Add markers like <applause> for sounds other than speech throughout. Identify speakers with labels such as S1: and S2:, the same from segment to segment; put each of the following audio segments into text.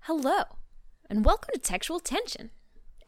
S1: Hello, and welcome to Textual Tension.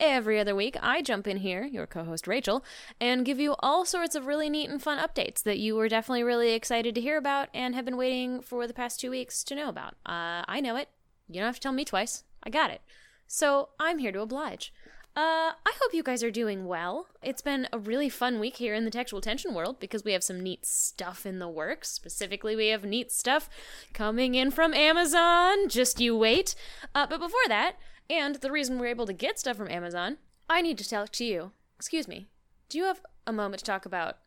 S1: Every other week, I jump in here, your co host Rachel, and give you all sorts of really neat and fun updates that you were definitely really excited to hear about and have been waiting for the past two weeks to know about. Uh, I know it. You don't have to tell me twice. I got it. So I'm here to oblige. Uh, I hope you guys are doing well. It's been a really fun week here in the textual tension world because we have some neat stuff in the works. Specifically, we have neat stuff coming in from Amazon. Just you wait. Uh, but before that, and the reason we're able to get stuff from Amazon, I need to talk to you. Excuse me. Do you have a moment to talk about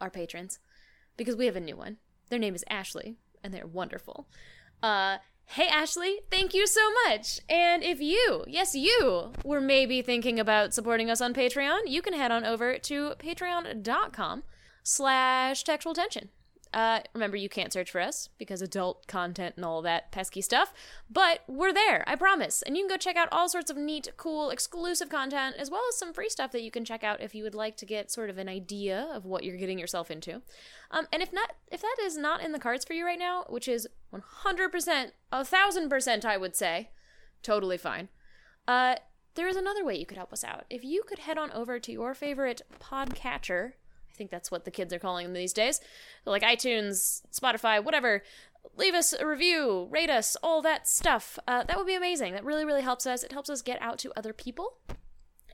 S1: our patrons? Because we have a new one. Their name is Ashley, and they're wonderful. Uh, hey, Ashley, thank you so much. And if you, yes, you, were maybe thinking about supporting us on Patreon, you can head on over to patreon.com slash textual tension. Uh, remember, you can't search for us because adult content and all that pesky stuff, but we're there, I promise. And you can go check out all sorts of neat, cool, exclusive content, as well as some free stuff that you can check out if you would like to get sort of an idea of what you're getting yourself into. Um, and if not, if that is not in the cards for you right now, which is 100%, 1000%, I would say, totally fine. Uh, there is another way you could help us out. If you could head on over to your favorite podcatcher, I think that's what the kids are calling them these days, like iTunes, Spotify, whatever. Leave us a review, rate us, all that stuff. Uh, that would be amazing. That really, really helps us. It helps us get out to other people.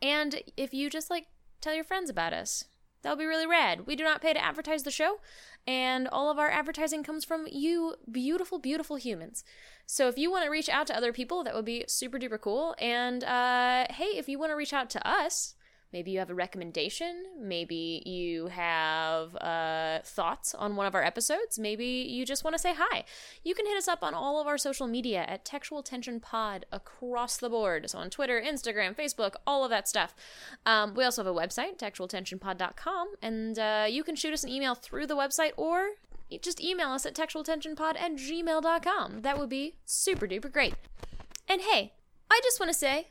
S1: And if you just like tell your friends about us, that would be really rad. We do not pay to advertise the show, and all of our advertising comes from you, beautiful, beautiful humans. So if you want to reach out to other people, that would be super duper cool. And uh, hey, if you want to reach out to us, maybe you have a recommendation, maybe you have uh, thoughts on one of our episodes, maybe you just want to say hi. You can hit us up on all of our social media at Textual Tension Pod across the board. So on Twitter, Instagram, Facebook, all of that stuff. Um, we also have a website, textualtensionpod.com, and uh, you can shoot us an email through the website or just email us at textualtensionpod at gmail.com. That would be super duper great. And hey, I just want to say,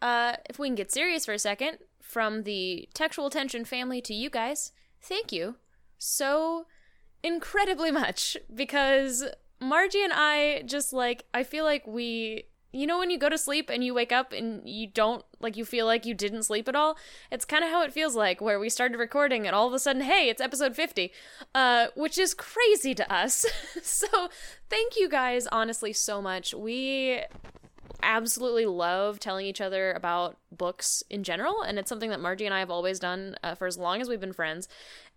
S1: uh, if we can get serious for a second, from the textual tension family to you guys, thank you so incredibly much because Margie and I just like, I feel like we, you know, when you go to sleep and you wake up and you don't, like, you feel like you didn't sleep at all? It's kind of how it feels like where we started recording and all of a sudden, hey, it's episode 50, uh, which is crazy to us. <laughs> so thank you guys, honestly, so much. We absolutely love telling each other about books in general and it's something that margie and i have always done uh, for as long as we've been friends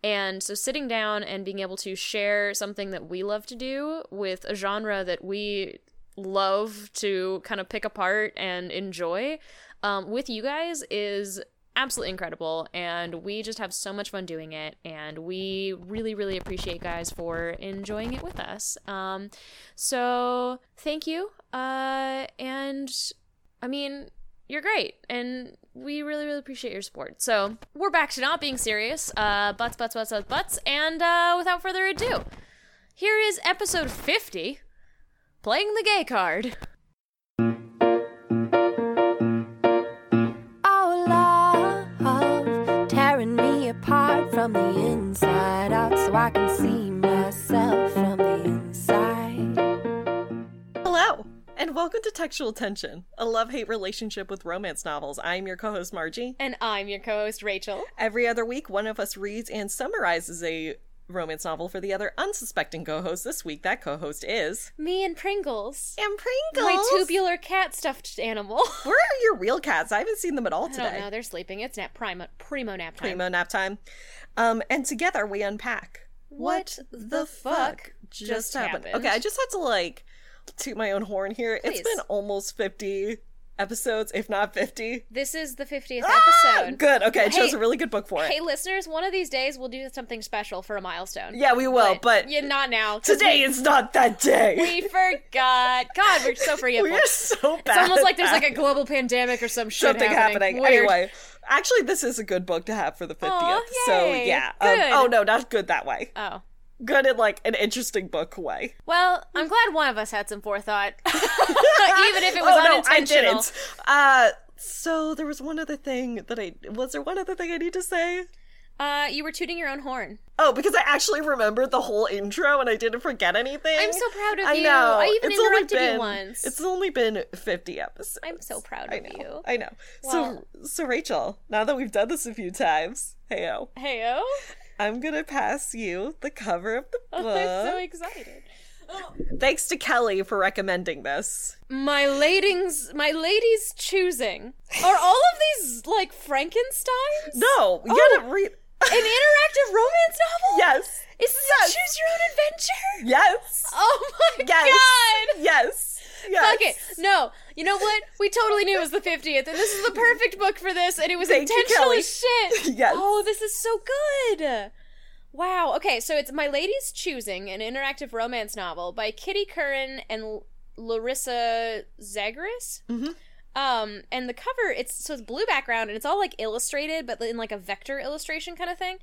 S1: and so sitting down and being able to share something that we love to do with a genre that we love to kind of pick apart and enjoy um, with you guys is absolutely incredible and we just have so much fun doing it and we really really appreciate guys for enjoying it with us um, so thank you uh, and i mean you're great and we really really appreciate your support so we're back to not being serious uh, butts butts butts butts butts and uh, without further ado here is episode 50 playing the gay card
S2: Oh, love, tearing me apart from the inside out so I can see myself from the inside.
S3: Hello, and welcome to Textual Tension, a love hate relationship with romance novels. I'm your co host, Margie.
S1: and i'm your co-host rachel
S3: Every other week, one of us reads and summarizes a romance novel for the other unsuspecting co host. This week, that co host is.
S1: me and pringles
S3: And
S1: My
S3: Pringles!
S1: tubular cat stuffed animal. <laughs>
S3: Where are your real cats? I haven't seen them at all
S1: I don't
S3: today.
S1: know. They're sleeping. It's nap primo primo nap time.
S3: Primo nap time. Um, and together we unpack
S1: What the fuck just happened?
S3: Okay, I just had to like toot my own horn here.
S1: Please.
S3: It's been almost 50 episodes, if not 50.
S1: This is the fiftieth
S3: Ah,
S1: episode.
S3: Good. Okay, I chose
S1: Hey-
S3: a really good book for it.
S1: Hey, listeners! One of these days we'll do something special for a milestone.
S3: Yeah, we will, but,
S1: yeah, not now. 'cause
S3: today is not that day.
S1: we forgot. God, we're so
S3: <laughs> We,
S1: forgetful.
S3: are so bad.
S1: it's almost like
S3: at
S1: there's
S3: that.
S1: like
S3: <laughs>
S1: a global pandemic or some shit
S3: something happening.
S1: Weird.
S3: Anyway, actually, this is a good book to have for the
S1: Aw,
S3: fiftieth. So
S1: yay.
S3: yeah.
S1: Good.
S3: oh no, not good that way.
S1: Oh.
S3: Good in like an interesting book way.
S1: Well, I'm glad one of us had some
S3: <laughs>
S1: forethought, <laughs> even if it was
S3: oh no, I
S1: unintentional.
S3: didn't. Uh, so there was one other thing that I was there one other thing I need to say.
S1: Uh, you were tooting your own horn.
S3: Oh, because I actually remembered the whole intro and I didn't forget anything.
S1: I'm so proud of
S3: I
S1: you.
S3: know.
S1: I even
S3: It's only
S1: interrupted you
S3: been-
S1: once.
S3: It's only been 50 episodes.
S1: I'm so proud
S3: I
S1: of
S3: know.
S1: you.
S3: I know.
S1: Well-
S3: so, so Rachel, now that we've done this a few times, heyo,
S1: Heyo. <laughs>
S3: I'm gonna pass you the cover of the book.
S1: Oh, I'm so excited.
S3: Thanks to Kelly for recommending this.
S1: My ladings, my ladies choosing. Are all of these like Frankenstein's?
S3: No, you
S1: Oh.
S3: gotta read.
S1: An interactive romance novel?
S3: yes,
S1: Is this a choose your own adventure?
S3: yes,
S1: Oh my
S3: yes,
S1: god.
S3: yes, yes.
S1: Fuck it. No. You know what? We totally knew it was the 50th, and this is the perfect book for this, and it was
S3: Thank you,
S1: intentionally
S3: Kelly. <laughs>
S1: shit.
S3: Yes.
S1: Oh, this is so good. Wow. Okay, so it's My Lady's Choosing, an interactive romance novel by Kitty Curran and L- Larissa Zagreus.
S3: Mhm.
S1: Um, and the cover, it's so it's blue background, and it's all like illustrated, but in like a vector illustration kind of thing.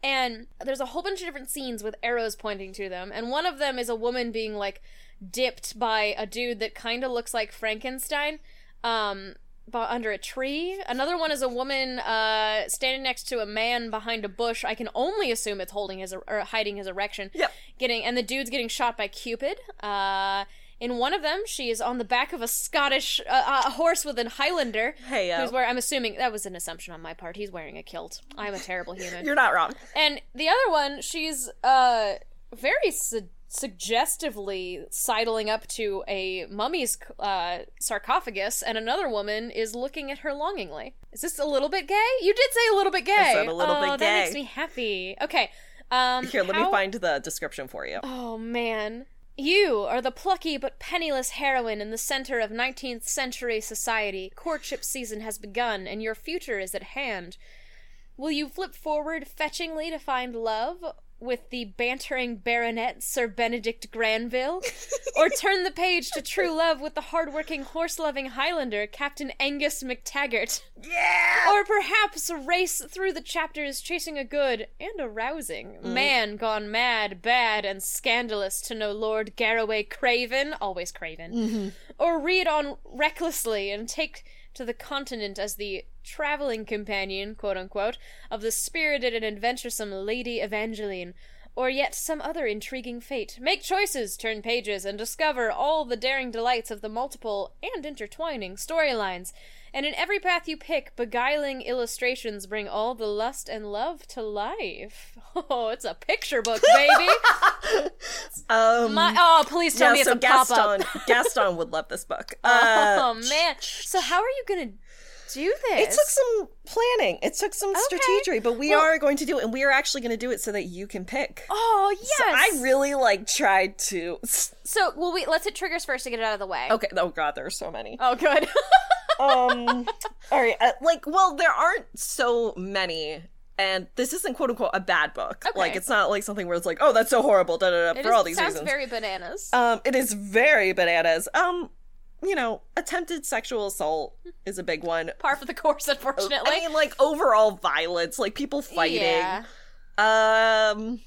S1: And there's a whole bunch of different scenes with arrows pointing to them, and one of them is a woman being like dipped by a dude that kind of looks like Frankenstein um bu- under a tree. Another one is a woman uh standing next to a man behind a bush. I can only assume it's holding his or hiding his erection.
S3: Yep.
S1: Getting and the dude's getting shot by Cupid. Uh in one of them, she is on the back of a Scottish uh, uh, a horse with a Highlander.
S3: Heyo.
S1: Who's wearing, I'm assuming that was an assumption on my part. He's wearing a kilt. I'm a terrible human.
S3: <laughs> You're not wrong.
S1: And the other one, she's uh very su- suggestively sidling up to a mummy's uh, sarcophagus, and another woman is looking at her longingly. Is this a little bit gay? You did say a little bit gay.
S3: said a little
S1: oh, That
S3: bit gay.
S1: makes me happy. Okay. Um,
S3: Here, let me
S1: how-
S3: find the description for you.
S1: Oh man. You are the plucky but penniless heroine in the center of 19th century society. Courtship season has begun and your future is at hand. Will you flip forward fetchingly to find love with the bantering baronet Sir Benedict Granville? or turn the page to true love with the hardworking, horse loving Highlander Captain Angus MacTaggart?
S3: Yeah.
S1: <laughs> Or perhaps race through the chapters chasing a good and a rousing man gone mad, bad, and scandalous to know Lord Garraway Craven, always Craven. Or read on recklessly and take to the continent as the traveling companion, quote unquote, of the spirited and adventuresome Lady Evangeline. Or yet some other intriguing fate. Make choices, turn pages, and discover all the daring delights of the multiple and intertwining storylines. And in every path you pick, beguiling illustrations bring all the lust and love to life. <laughs> Oh, it's a picture book,
S3: <laughs>
S1: baby.
S3: Um.
S1: My, oh, please tell
S3: yeah,
S1: me it's
S3: so
S1: a pop up.
S3: Gaston, Gaston would love this book. <laughs> Uh,
S1: oh man! So how are you gonna do
S3: It
S1: this?
S3: took some planning. It took some strategy, but we
S1: Well-
S3: are going to do it, and we are actually going to do it so that you can pick.
S1: oh yes.
S3: So I really like tried to. <laughs>
S1: So well, wait. Let's hit triggers first to get it out of the way.
S3: Okay. Oh God, there are
S1: <laughs>
S3: so many.
S1: Oh,
S3: <laughs>
S1: good.
S3: Um. all right. Uh, like, well, there aren't so many. And this isn't quote unquote a bad book.
S1: Okay.
S3: Like it's not like something where it's like, oh, that's so horrible, da da da,
S1: It
S3: for
S1: is-
S3: all these
S1: sounds
S3: reasons.
S1: very bananas.
S3: um, it is very bananas. Um, you know, attempted sexual assault is a big one.
S1: Par for the course, unfortunately.
S3: Oh, I mean, like overall violence, like people fighting.
S1: Yeah,
S3: Um,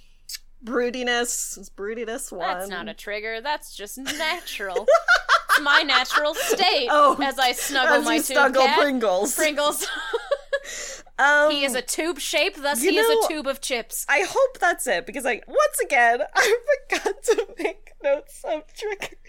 S3: broodiness. Is broodiness one?
S1: that's not a trigger. That's just
S3: <laughs>
S1: natural. it's my natural state
S3: Oh,
S1: as I snuggle
S3: As
S1: my
S3: you
S1: tube
S3: snuggle
S1: cat.
S3: Pringles. <laughs>
S1: Pringles.
S3: um,
S1: he is a tube shape, thus
S3: You
S1: he is
S3: know-
S1: a tube of chips.
S3: I hope that's it because, like, once again, <laughs> I forgot to make notes of triggers.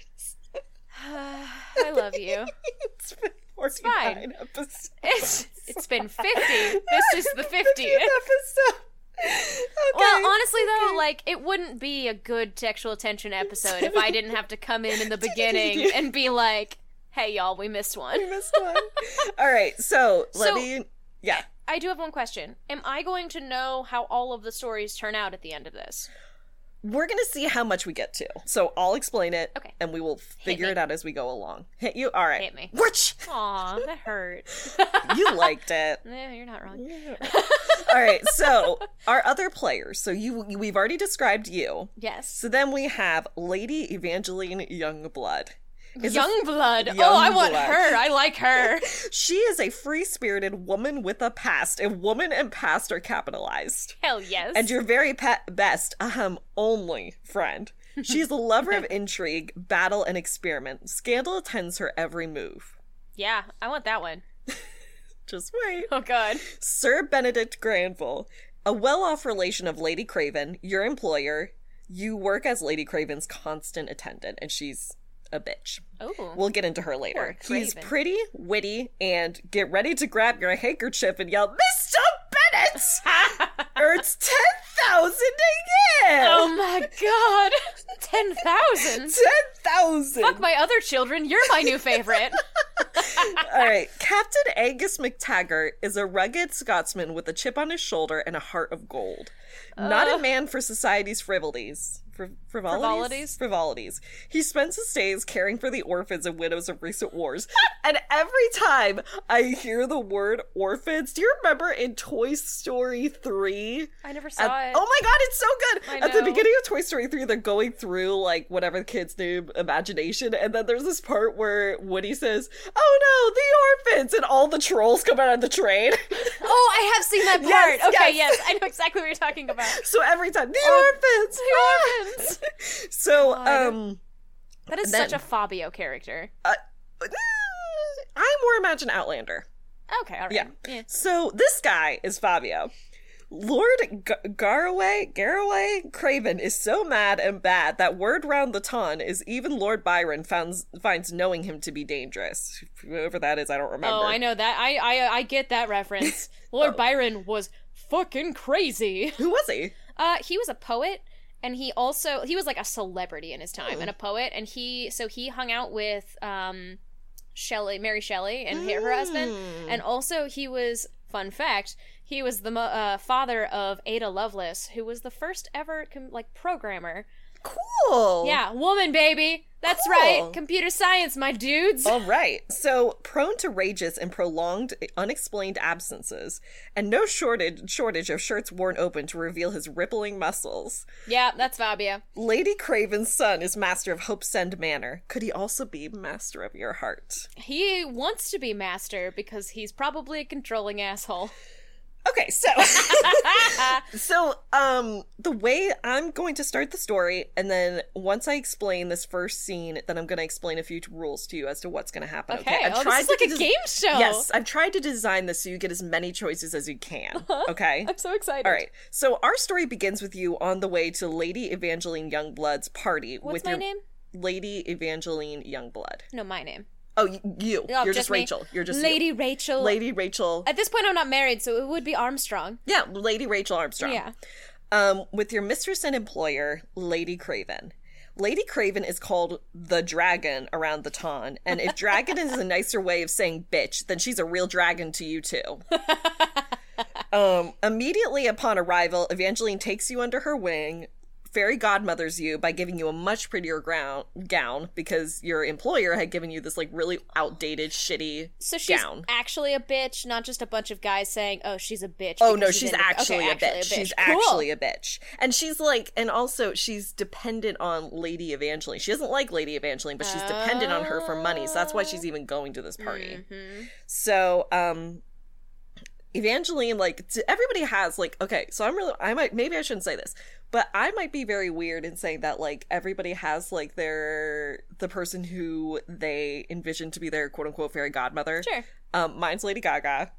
S1: <sighs> I love you.
S3: <laughs> It's been forty-nine
S1: fine.
S3: episodes.
S1: It's it's been fifty. This is
S3: <laughs>
S1: the fiftieth.
S3: episode. <laughs> Okay.
S1: Well, honestly though, like it wouldn't be a good sexual attention episode if I didn't have
S3: <laughs>
S1: to come in in the beginning and be like, "Hey y'all, we missed
S3: I
S1: one."
S3: missed one. All right, so let
S1: So-
S3: me. Yeah.
S1: I do have one question. Am I going to know how all of the stories turn out at the end of this?
S3: We're gonna see how much we get to. So I'll explain it,
S1: Okay.
S3: and we will figure
S1: me.
S3: it out as we go along. Hit you? All right.
S1: Hit me. <laughs>
S3: Which
S1: Aw, that
S3: <laughs>
S1: hurt.
S3: you liked it.
S1: yeah, you're not wrong.
S3: All right. So our other players. So you, we've already described you.
S1: Yes.
S3: So then we have Lady Evangeline Youngblood. Is a-
S1: Youngblood. oh, I want
S3: Youngblood.
S1: her. I like her.
S3: <laughs> she is a free spirited woman with a past, and woman and past are capitalized.
S1: Hell yes.
S3: And your very pe- best, ahem, only friend. She is a
S1: <laughs>
S3: lover of intrigue, battle, and experiment. Scandal attends her every move.
S1: yeah, I want that one.
S3: Just wait.
S1: Oh god.
S3: Sir Benedict Granville a well off relation of Lady Craven, your employer. You work as Lady Craven's constant attendant, and she's a bitch.
S1: Oh.
S3: We'll get into her later.
S1: Poor
S3: He's
S1: Craven.
S3: pretty, witty, and get ready to grab your handkerchief and yell, Mr.
S1: <laughs>
S3: Bennett earns 10,000 a year!
S1: oh my
S3: <laughs>
S1: god. 10,000.
S3: 10,000!
S1: Fuck my other children. You're my new favorite.
S3: All right. Captain Angus McTaggart is a rugged Scotsman with a chip on his shoulder and a heart of gold. Not a man for society's frivolities. Fri-
S1: Frivolities?
S3: frivolities? Frivolities. He spends his days caring for the orphans and widows of recent wars. and every time I hear the word orphans, do you remember in Toy Story 3?
S1: I never
S3: At-
S1: saw it.
S3: Oh my god, it's so good!
S1: I
S3: At the
S1: know.
S3: beginning of Toy Story 3, they're going through like whatever the kid's name, imagination, and then there's this part where Woody says, Oh no, the orphans! And all the trolls come out of the train. <laughs>
S1: Oh, I have seen that part.
S3: Yes,
S1: okay,
S3: yes.
S1: yes. I know exactly what you're talking
S3: <laughs>
S1: about.
S3: so every time, the orphans!
S1: The orphans.
S3: <laughs>
S1: Oh
S3: So,
S1: God.
S3: um,
S1: That is
S3: Then-
S1: such a Fabio character.
S3: I more imagine Outlander.
S1: Okay, all right.
S3: Yeah. So this guy is Fabio. Lord G- Garraway, Garraway Craven is so mad and bad that word round the ton is even Lord Byron finds finds knowing him to be dangerous. Whoever that is, I don't remember.
S1: Oh, I know that. I I I get that reference.
S3: <laughs>
S1: Lord Byron was fucking crazy.
S3: Who was he?
S1: Uh, he was a poet, and he also he was like a celebrity in his time, and a poet, and he so he hung out with um, Shelley, Mary Shelley, and her- her husband,
S3: Mm.
S1: and also he was fun fact he was the mo- uh, father of Ada Lovelace, who was the first ever com- like programmer.
S3: Cool.
S1: Yeah, woman, baby. That's
S3: Cool.
S1: right, computer science, my dudes.
S3: All right. So, prone to rages and prolonged, unexplained absences, and no shortage shortage of shirts worn open to reveal his rippling muscles.
S1: Yeah, that's Fabio.
S3: Lady Craven's son is master of Hope Send Manor. Could he also be master of your heart?
S1: He wants to be master because he's probably a controlling asshole. <laughs>
S3: Okay, so <laughs> so um the way I'm going to start the story and then once I explain this first scene, then I'm going to explain a few t- rules to you as to what's going to happen, okay?
S1: Okay,
S3: I've
S1: oh,
S3: tried
S1: this is like
S3: to
S1: a
S3: des-
S1: game show.
S3: Yes, I've tried to design this so you get as many choices as you can,
S1: Uh-huh.
S3: okay?
S1: I'm so excited.
S3: All right. So our story begins with you on the way to Lady Evangeline Youngblood's party
S1: What's
S3: with
S1: my
S3: your
S1: name?
S3: Lady Evangeline Youngblood.
S1: No, my name.
S3: Oh, y- you.
S1: No,
S3: You're just,
S1: just me.
S3: Rachel. You're just you.
S1: Lady Rachel.
S3: Lady Rachel.
S1: At this point, I'm not married, so it would be Armstrong.
S3: Yeah, Lady Rachel Armstrong.
S1: Yeah.
S3: Um, with your mistress and employer, Lady Craven. Lady Craven is called the dragon around the ton, and if dragon is
S1: <laughs>
S3: a nicer way of saying bitch, then she's a real dragon to
S1: <laughs>
S3: you too. um, immediately upon arrival, Evangeline takes you under her wing, fairy godmothers you by giving you a much prettier ground, gown because your employer had given you this like really outdated, shitty
S1: So she's
S3: gown.
S1: actually a bitch, not just a bunch of guys saying, "Oh, she's a bitch."
S3: Oh
S1: because
S3: no, she's
S1: in the- Okay,
S3: actually, a, bitch. She's
S1: Cool.
S3: actually a bitch. And she's like and also she's dependent on Lady Evangeline. She doesn't like Lady Evangeline, but she's dependent on her for money. So that's why she's even going to this party.
S1: Mhm.
S3: So, um Evangeline like t- everybody has like okay, so I'm really I might maybe I shouldn't say this, but I might be very weird in saying that like everybody has like their the person who they envision to be their quote unquote fairy godmother.
S1: Sure,
S3: Um mine's Lady Gaga.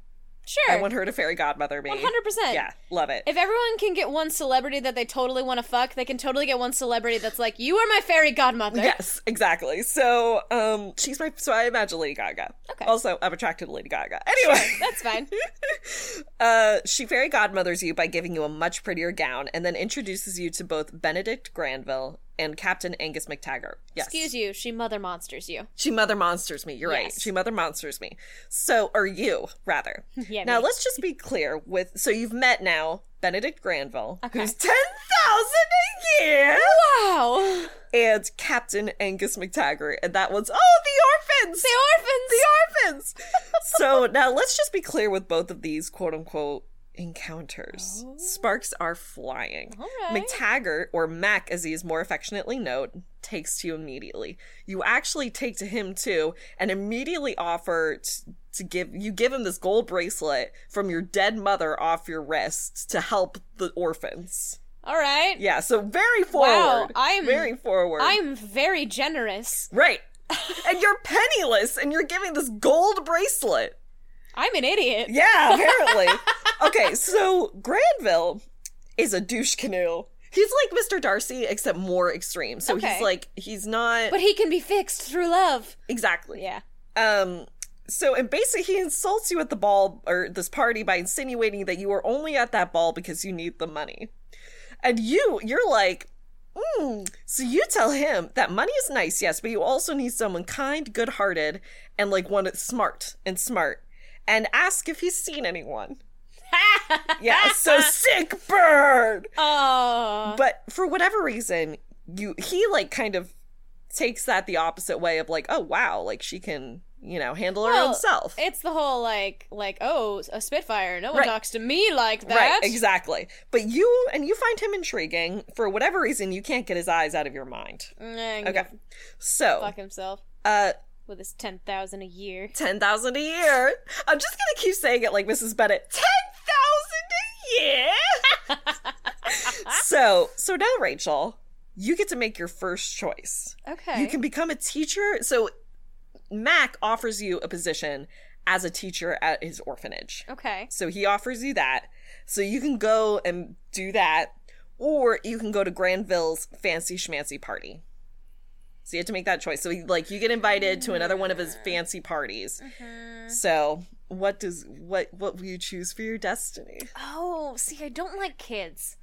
S3: I
S1: sure,
S3: want
S1: one
S3: her to fairy godmother me.
S1: hundred percent.
S3: Yeah, love it.
S1: If everyone can get one celebrity that they totally want to fuck, they can totally get one celebrity that's like, "You are my fairy godmother."
S3: Yes, exactly. So, um, she's my. So I imagine Lady Gaga.
S1: Okay.
S3: Also, I'm attracted to Lady Gaga. Anyway,
S1: That's fine.
S3: <laughs> uh, she fairy godmothers you by giving you a much prettier gown, and then introduces you to both Benedict Granville and Captain Angus McTaggart. Yes.
S1: Excuse you, she mother monsters you.
S3: She mother monsters me. You're right.
S1: Yes.
S3: She mother monsters me. So, or you
S1: <laughs>
S3: rather.
S1: Yeah,
S3: now
S1: me.
S3: let's just be clear with. So you've met now Benedict Granville,
S1: Okay.
S3: who's ten thousand a year.
S1: Wow,
S3: and Captain Angus McTaggart, and that one's oh the orphans,
S1: the orphans.
S3: the orphans. <laughs> so now let's just be clear with both of these quote unquote encounters.
S1: Oh.
S3: Sparks are flying.
S1: All
S3: <laughs>
S1: right.
S3: McTaggart, or Mac as he is more affectionately known, takes to you immediately. You actually take to him too, and immediately offer t- to give you give him this gold bracelet from your dead mother off your wrist to help the orphans.
S1: All right.
S3: Yeah, so very forward.
S1: I'm-
S3: very forward.
S1: I'm very generous.
S3: Right. and you're penniless and you're giving this gold bracelet.
S1: I'm an idiot.
S3: Yeah,
S1: <laughs>
S3: apparently. okay, so Granville is a douche canoe. He's like Mr. Darcy, except more extreme. So
S1: Okay.
S3: he's like, he's not
S1: But he can be fixed through love. <laughs>
S3: exactly.
S1: Yeah.
S3: Um. So and basically, he insults you at the ball or this party by insinuating that you are only at that ball because you need the money, and you you're like. Mm. So you tell him that money is nice, yes, but you also need someone kind, good-hearted, and like one that's smart and smart, and ask if he's seen anyone. yeah, so sick bird.
S1: Oh.
S3: But for whatever reason, you he like kind of takes that the opposite way of like, oh wow, like she can, you know, handle her
S1: Well,
S3: own self.
S1: It's the whole like like oh a Spitfire. No one
S3: Right.
S1: talks to me like that.
S3: Right, exactly. But you and you find him intriguing. For whatever reason, you can't get his eyes out of your mind.
S1: exactly.
S3: Okay. So,
S1: Mm, Fuck himself
S3: uh
S1: with his ten thousand a year.
S3: 10,000 a year. I'm just going to keep saying it like Mrs. Bennett. 10,000 a year.
S1: <laughs>
S3: so, so now Rachel, you get to make your first choice.
S1: Okay.
S3: You can become a teacher. So Mac offers you a position as a teacher at his orphanage.
S1: Okay.
S3: So he offers you that. So you can go and do that, or you can go to Granville's fancy schmancy party. So you have to make that choice. So he, like you get invited to another one of his fancy parties. Mm-hmm.
S1: Mm-hmm.
S3: So what does what what will you choose for your destiny?
S1: Oh, see, I don't like kids.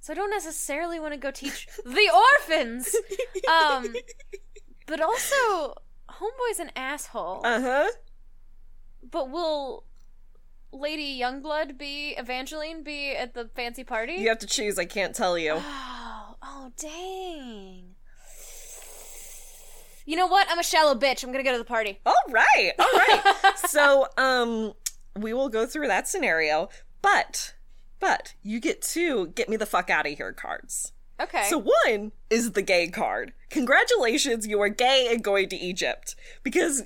S1: So I don't necessarily want to go teach <laughs> the orphans. Um but also Homeboy's an asshole.
S3: Uh huh.
S1: but will Lady Youngblood be Evangeline be at the fancy party?
S3: You have to choose. I can't tell
S1: <gasps>
S3: you.
S1: Oh, oh dang. You know what? I'm a shallow bitch. I'm going to go to the party.
S3: All right. All right. so, um we will go through that scenario, but but you get two get me the fuck out of here cards.
S1: <laughs> Okay.
S3: So one is the gay card. Congratulations, you are gay and going to Egypt because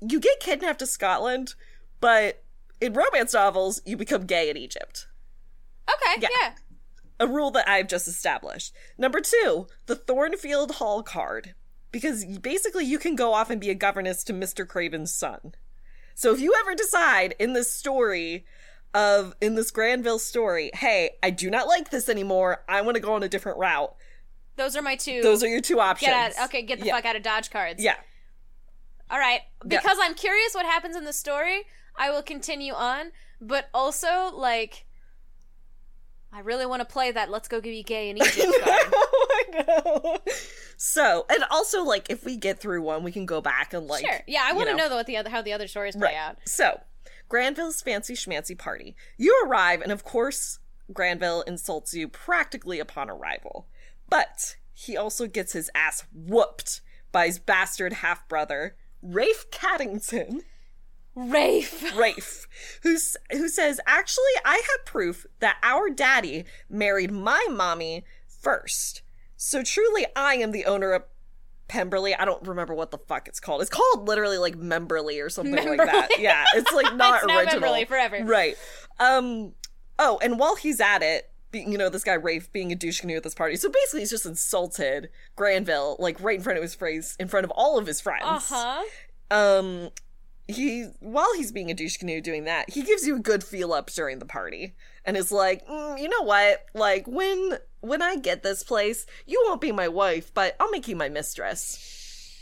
S3: you get kidnapped to Scotland, but in romance novels you become gay in Egypt.
S1: okay, yeah.
S3: yeah. A rule that I've just established. Number 2, the Thornfield Hall card because basically you can go off and be a governess to Mr. Craven's son. So if you ever decide in this story of in this Granville story, hey, I do not like this anymore. I want to go on a different route.
S1: Those are my two.
S3: Those are your two options.
S1: get out, okay, get the
S3: Yeah.
S1: fuck out of Dodge cards.
S3: Yeah.
S1: All right.
S3: Yeah.
S1: Because I'm curious what happens in the story, I will continue on, but also like I really want to play that let's go be
S3: <laughs>
S1: gay in Egypt card.
S3: I know. Oh So, and also, like, if we get through one, we can go back and, like,
S1: sure. Yeah, I
S3: you
S1: want to know, though what the other how the other stories play
S3: Right.
S1: out.
S3: So, Granville's fancy schmancy party. You arrive, and of course, Granville insults you practically upon arrival. But he also gets his ass whooped by his bastard half brother, Rafe Caddington.
S1: Rafe.
S3: Rafe, who's, who says, Actually, I have proof that our daddy married my mommy first. So truly, I am the owner of Pemberley. I don't remember what the fuck it's called. It's called literally like Memberley or something like that. Yeah, it's
S1: <laughs>
S3: like not
S1: It's now
S3: original.
S1: Memberley forever.
S3: Right. Um. Oh, and while he's at it, be, you know, this guy Rafe being a douche canoe at this party. So basically, he's just insulted Granville, like right in front of his face, in front of all of his friends
S1: Uh-huh.
S3: um he while he's being a douche canoe doing that he gives you a good feel up during the party and is like mm, you know what like when when i get this place you won't be my wife but i'll make you my mistress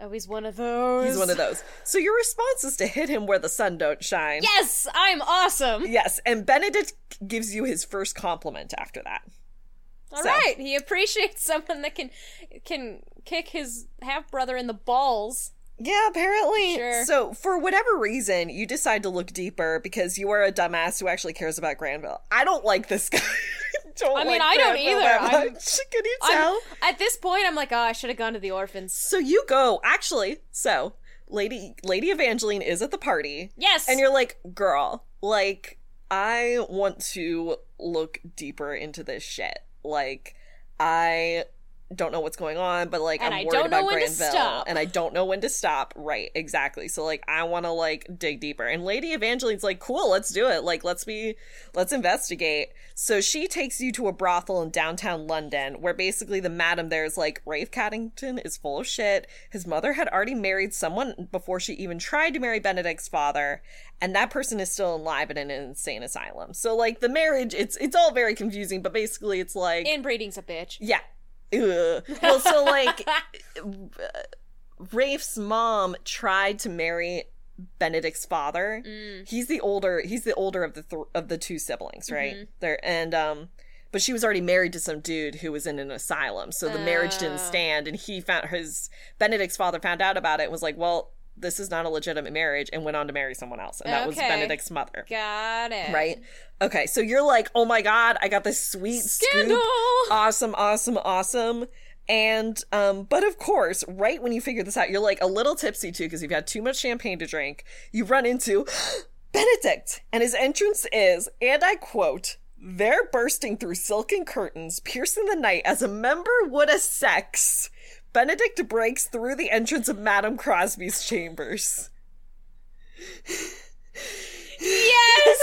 S1: Oh, he's one of those.
S3: he's one of those so your response is to hit him where the sun don't shine
S1: <laughs> Yes, I'm awesome.
S3: yes and benedict gives you his first compliment after that
S1: All
S3: So-
S1: right, he appreciates someone that can can kick his half brother in the balls.
S3: Yeah, apparently.
S1: Sure.
S3: So, for whatever reason, you decide to look deeper because you are a dumbass who actually cares about Granville. I don't like this <laughs> guy. I don't
S1: I mean,
S3: like
S1: I don't
S3: Granville
S1: either.
S3: that
S1: I'm-
S3: much. <laughs> Can you
S1: I'm-
S3: tell?
S1: At this point, I'm like, oh, I should have gone to the orphans.
S3: So you go. Actually, so Lady Lady Evangeline is at the party,
S1: Yes,
S3: and you're like, "Girl, like, I want to look deeper into this shit. Like, I don't know what's going on, but like
S1: And
S3: I'm
S1: I
S3: worried
S1: don't know
S3: about
S1: when to
S3: Granville,
S1: stop.
S3: and I don't know when to stop. Right, exactly. So like I want to like dig deeper, and Lady Evangeline's like, cool, let's do it. Like let's be, let's investigate. So she takes you to a brothel in downtown London, where basically the madam there is like, Rafe Caddington is full of shit. His mother had already married someone before she even tried to marry Benedict's father, and that person is still alive and in an insane asylum. So like the marriage, it's it's all very confusing, but basically it's like
S1: Inbreeding's a bitch.
S3: yeah. Ugh. Well, so like, <laughs> Rafe's mom tried to marry Benedict's father.
S1: Mm-hmm. Mm.
S3: He's the older. He's the older of the th- of the two siblings, right?
S1: Mm-hmm.
S3: There and um, but she was already married to some dude who was in an asylum, so the marriage didn't
S1: Oh.
S3: stand. And he found his Benedict's father found out about it and was like, well. This is not a legitimate marriage, and went on to marry someone else, and that was
S1: Okay.
S3: Benedict's mother,
S1: Got it.
S3: right? Okay, so you're like, oh my god, I got this sweet
S1: Scandal.
S3: scoop
S1: <laughs>
S3: awesome, awesome, awesome. And um, but of course, right when you figure this out, you're like a little tipsy too because you've had too much champagne to drink. You run into <gasps> Benedict, and his entrance is, and I quote, "They're bursting through silken curtains, piercing the night as a member would a sex." Benedict breaks through the entrance of Madame Crosby's chambers. <laughs>
S1: Yes.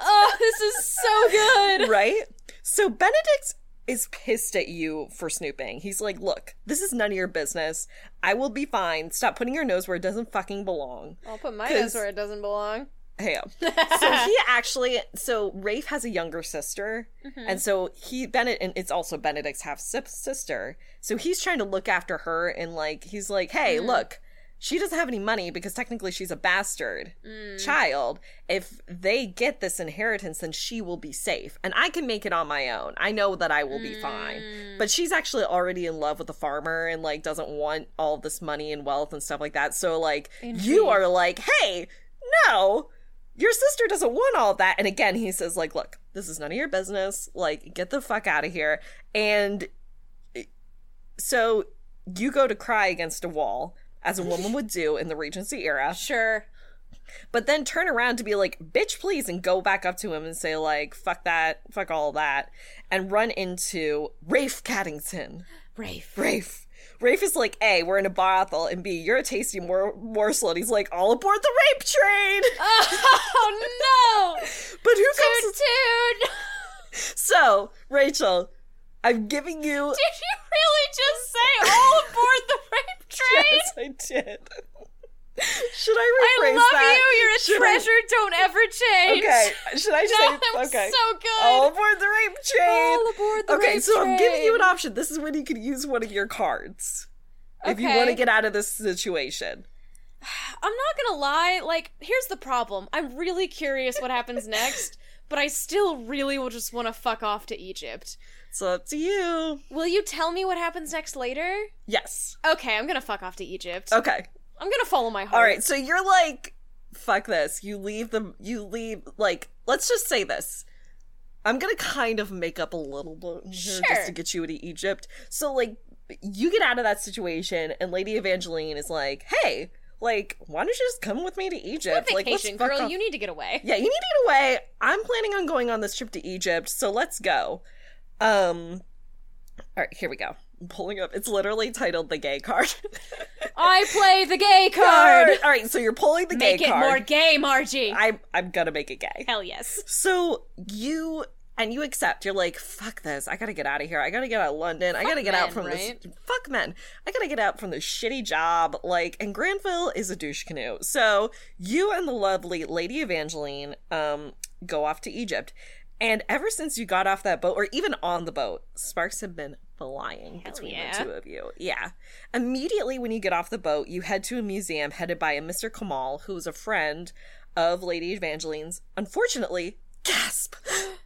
S1: oh, this is so good.
S3: <laughs> right? So Benedict is pissed at you for snooping. He's like, look, this is none of your business. I will be fine. Stop putting your nose where it doesn't fucking belong.
S1: I'll put my
S3: 'Cause-
S1: nose where it doesn't belong.
S3: Hey. um, so he actually so Rafe has a younger sister. And so he Bennett and it's also Benedict's half si- sister. So he's trying to look after her and like he's like, "Hey, look, she doesn't have any money because technically she's a bastard child. If they get this inheritance, then she will be safe. And I can make it on my own. I know that I will be
S1: Mm.
S3: fine. But she's actually already in love with the farmer and like doesn't want all this money and wealth and stuff like that. So like you are like, hey, no, your sister doesn't want all that. And again, he says, like, look, this is none of your business. Like, get the fuck out of here. And eh, so you go to cry against a wall, as a woman would do in the Regency era
S1: Sure.
S3: but then turn around to be like, bitch, please, and go back up to him and say, like, fuck that, fuck all that, and run into Rafe Caddington.
S1: Rafe.
S3: Rafe. Rafe is like, A, we're in a brothel, and B, you're a tasty mor- morsel. And he's like, all aboard the
S1: <laughs>
S3: rape train!
S1: Oh
S3: <laughs>
S1: no!
S3: But who
S1: Toot
S3: comes?
S1: toot!
S3: So, Rachel, I'm giving you.
S1: Did you really just say all aboard the rape train?
S3: <laughs> Yes, I did. Should I rephrase
S1: I love
S3: that?
S1: you. You're a
S3: Should I-
S1: treasure. Don't ever change.
S3: Okay. Should I just
S1: No, <laughs>
S3: say
S1: that was
S3: okay?
S1: so good.
S3: All aboard the rape train.
S1: All aboard the
S3: okay,
S1: rape
S3: so I'm giving you an
S1: train.
S3: option. This is when you can use one of your cards if you
S1: Okay.
S3: want to get out of this situation.
S1: I'm not gonna lie. Like, here's the problem. I'm really curious what happens
S3: <laughs>
S1: next, but I still really will just want to fuck off to Egypt.
S3: So up to you.
S1: Will you tell me what happens next later?
S3: Yes.
S1: Okay, I'm gonna fuck off to Egypt.
S3: Okay.
S1: I'm gonna follow my heart.
S3: All right. So you're like, fuck this. You leave the. You leave. Like, let's just say this. I'm gonna kind of make up a little bit here
S1: Sure.
S3: just to get you to Egypt. So like, you get out of that situation, and Lady Evangeline is like, hey. Like, why don't you just come with me to Egypt? Like, let's
S1: Vacation,
S3: fuck
S1: girl.
S3: off.
S1: You need to get away.
S3: <laughs> yeah, you need to get away. I'm planning on going on this trip to Egypt, so let's go. Um All right, here we go. I'm pulling up. It's literally titled the gay card. <laughs>
S1: I play the gay card.
S3: All right, so you're pulling the
S1: Make
S3: gay
S1: it
S3: card.
S1: more gay, Margie.
S3: I I'm going to make it gay.
S1: Hell yes.
S3: So you and you accept. You're like, fuck this. I gotta get out of here. I gotta get out of London. I gotta get out
S1: men,
S3: from
S1: right?
S3: this. Fuck men. I gotta get out from this shitty job. Like, and Granville is a douche canoe. So you and the lovely Lady Evangeline um go off to Egypt. And ever since you got off that boat, or even on the boat, sparks have been flying between
S1: yeah.
S3: the two of you. Yeah. Immediately when you get off the boat, you head to a museum headed by a Mr. Kamal, who is a friend of Lady Evangeline's. Unfortunately, gasp! <gasps>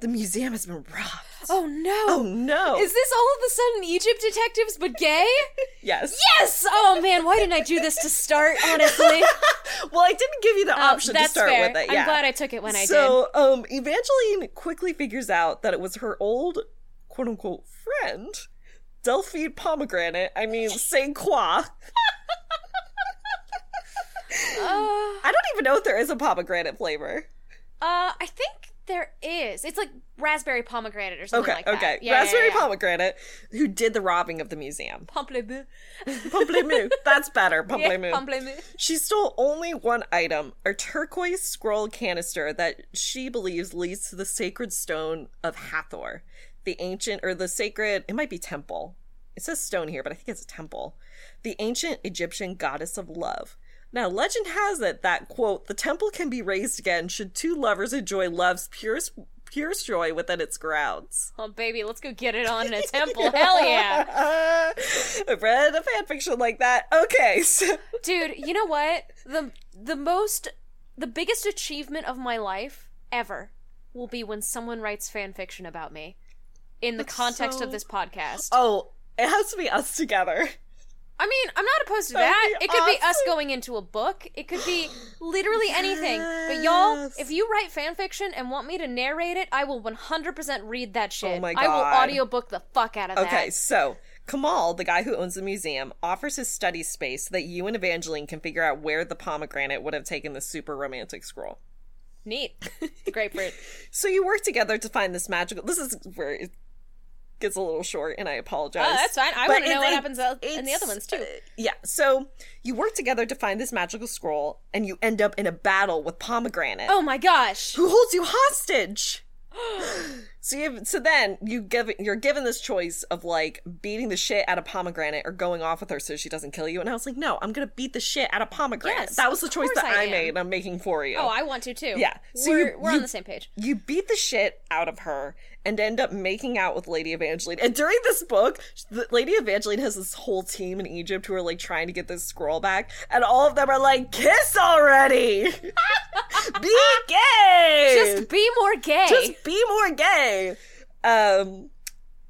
S3: The museum has been robbed.
S1: Oh no.
S3: Oh no!
S1: Is this all of a sudden Egypt detectives but gay?
S3: yes.
S1: Yes! Oh man, why didn't I do this to start, honestly?
S3: Well, I didn't give you the
S1: Oh,
S3: <laughs> option to start with it. Yeah.
S1: I'm glad I took it when I
S3: so, um, Evangeline quickly figures out that it was her old, quote unquote, friend, Delphine Pomegranate. I mean, Saint Croix.
S1: did. Uh,
S3: I don't even know if there is a pomegranate flavor.
S1: uh, I think There is. It's like raspberry pomegranate or something
S3: Okay,
S1: like that.
S3: okay.
S1: Yeah, yeah,
S3: Raspberry
S1: yeah, yeah.
S3: Pomegranate, who did the robbing of the museum.
S1: Pamplemousse.
S3: Pomplemu. <laughs> That's better.
S1: Yeah,
S3: Pomplemu.
S1: pamplemousse.
S3: She stole only one item, a turquoise scroll canister that she believes leads to the sacred stone of Hathor, the ancient or the sacred, it might be temple. It says stone here, but I think it's a temple. The ancient Egyptian goddess of love. Now, legend has it that, quote, the temple can be raised again should two lovers enjoy love's purest, purest joy within its grounds. <laughs>
S1: Oh, baby, let's go get it on in a temple. Hell yeah.
S3: I've read a fanfiction like that. Okay, so
S1: Dude, you know what? The the most the biggest achievement of my life ever will be when someone writes fan fiction about me in the context
S3: so-
S1: of this podcast.
S3: oh, it has to be us together.
S1: I mean, I'm not opposed to
S3: That'd
S1: that.
S3: be
S1: It could be us
S3: awesome.
S1: going into a book. It could be literally anything. But y'all,
S3: Yes.
S1: if you write fan fiction and want me to narrate it, I will 100% read that shit.
S3: Oh my
S1: I will
S3: God.
S1: audiobook the fuck out of that.
S3: Okay, so Kamal, the guy who owns the museum, offers his study space so that you and Evangeline can figure out where the pomegranate would have taken the super romantic scroll.
S1: Neat. <laughs>
S3: <laughs>
S1: Grapefruit.
S3: So you work together to find this magical. This is where it gets a little short, and I apologize.
S1: Oh, that's fine. I
S3: But
S1: wanna know
S3: it-
S1: what
S3: it-
S1: happens el- in the
S3: it's-
S1: other ones, too.
S3: uh, yeah. So you work together to find this magical scroll, and you end up in a battle with pomegranate.
S1: Oh my gosh.
S3: who holds you hostage. <gasps> so you have, so then you give you're given this choice of like beating the shit out of pomegranate or going off with her so she doesn't kill you. And I was like, no, I'm gonna beat the shit out of pomegranate.
S1: Yes,
S3: that was the
S1: of
S3: choice
S1: course
S3: that
S1: I
S3: I,
S1: am.
S3: made. I'm making for you.
S1: Oh, I want to too.
S3: Yeah. So
S1: we're
S3: you-
S1: we're
S3: you-
S1: on the same page.
S3: you beat the shit out of her and end up making out with Lady Evangeline. And during this book, the- Lady Evangeline has this whole team in Egypt who are like trying to get this scroll back, and all of them are like, "Kiss already, <laughs> be gay,
S1: <laughs> Just be more gay.
S3: just be more gay. Um,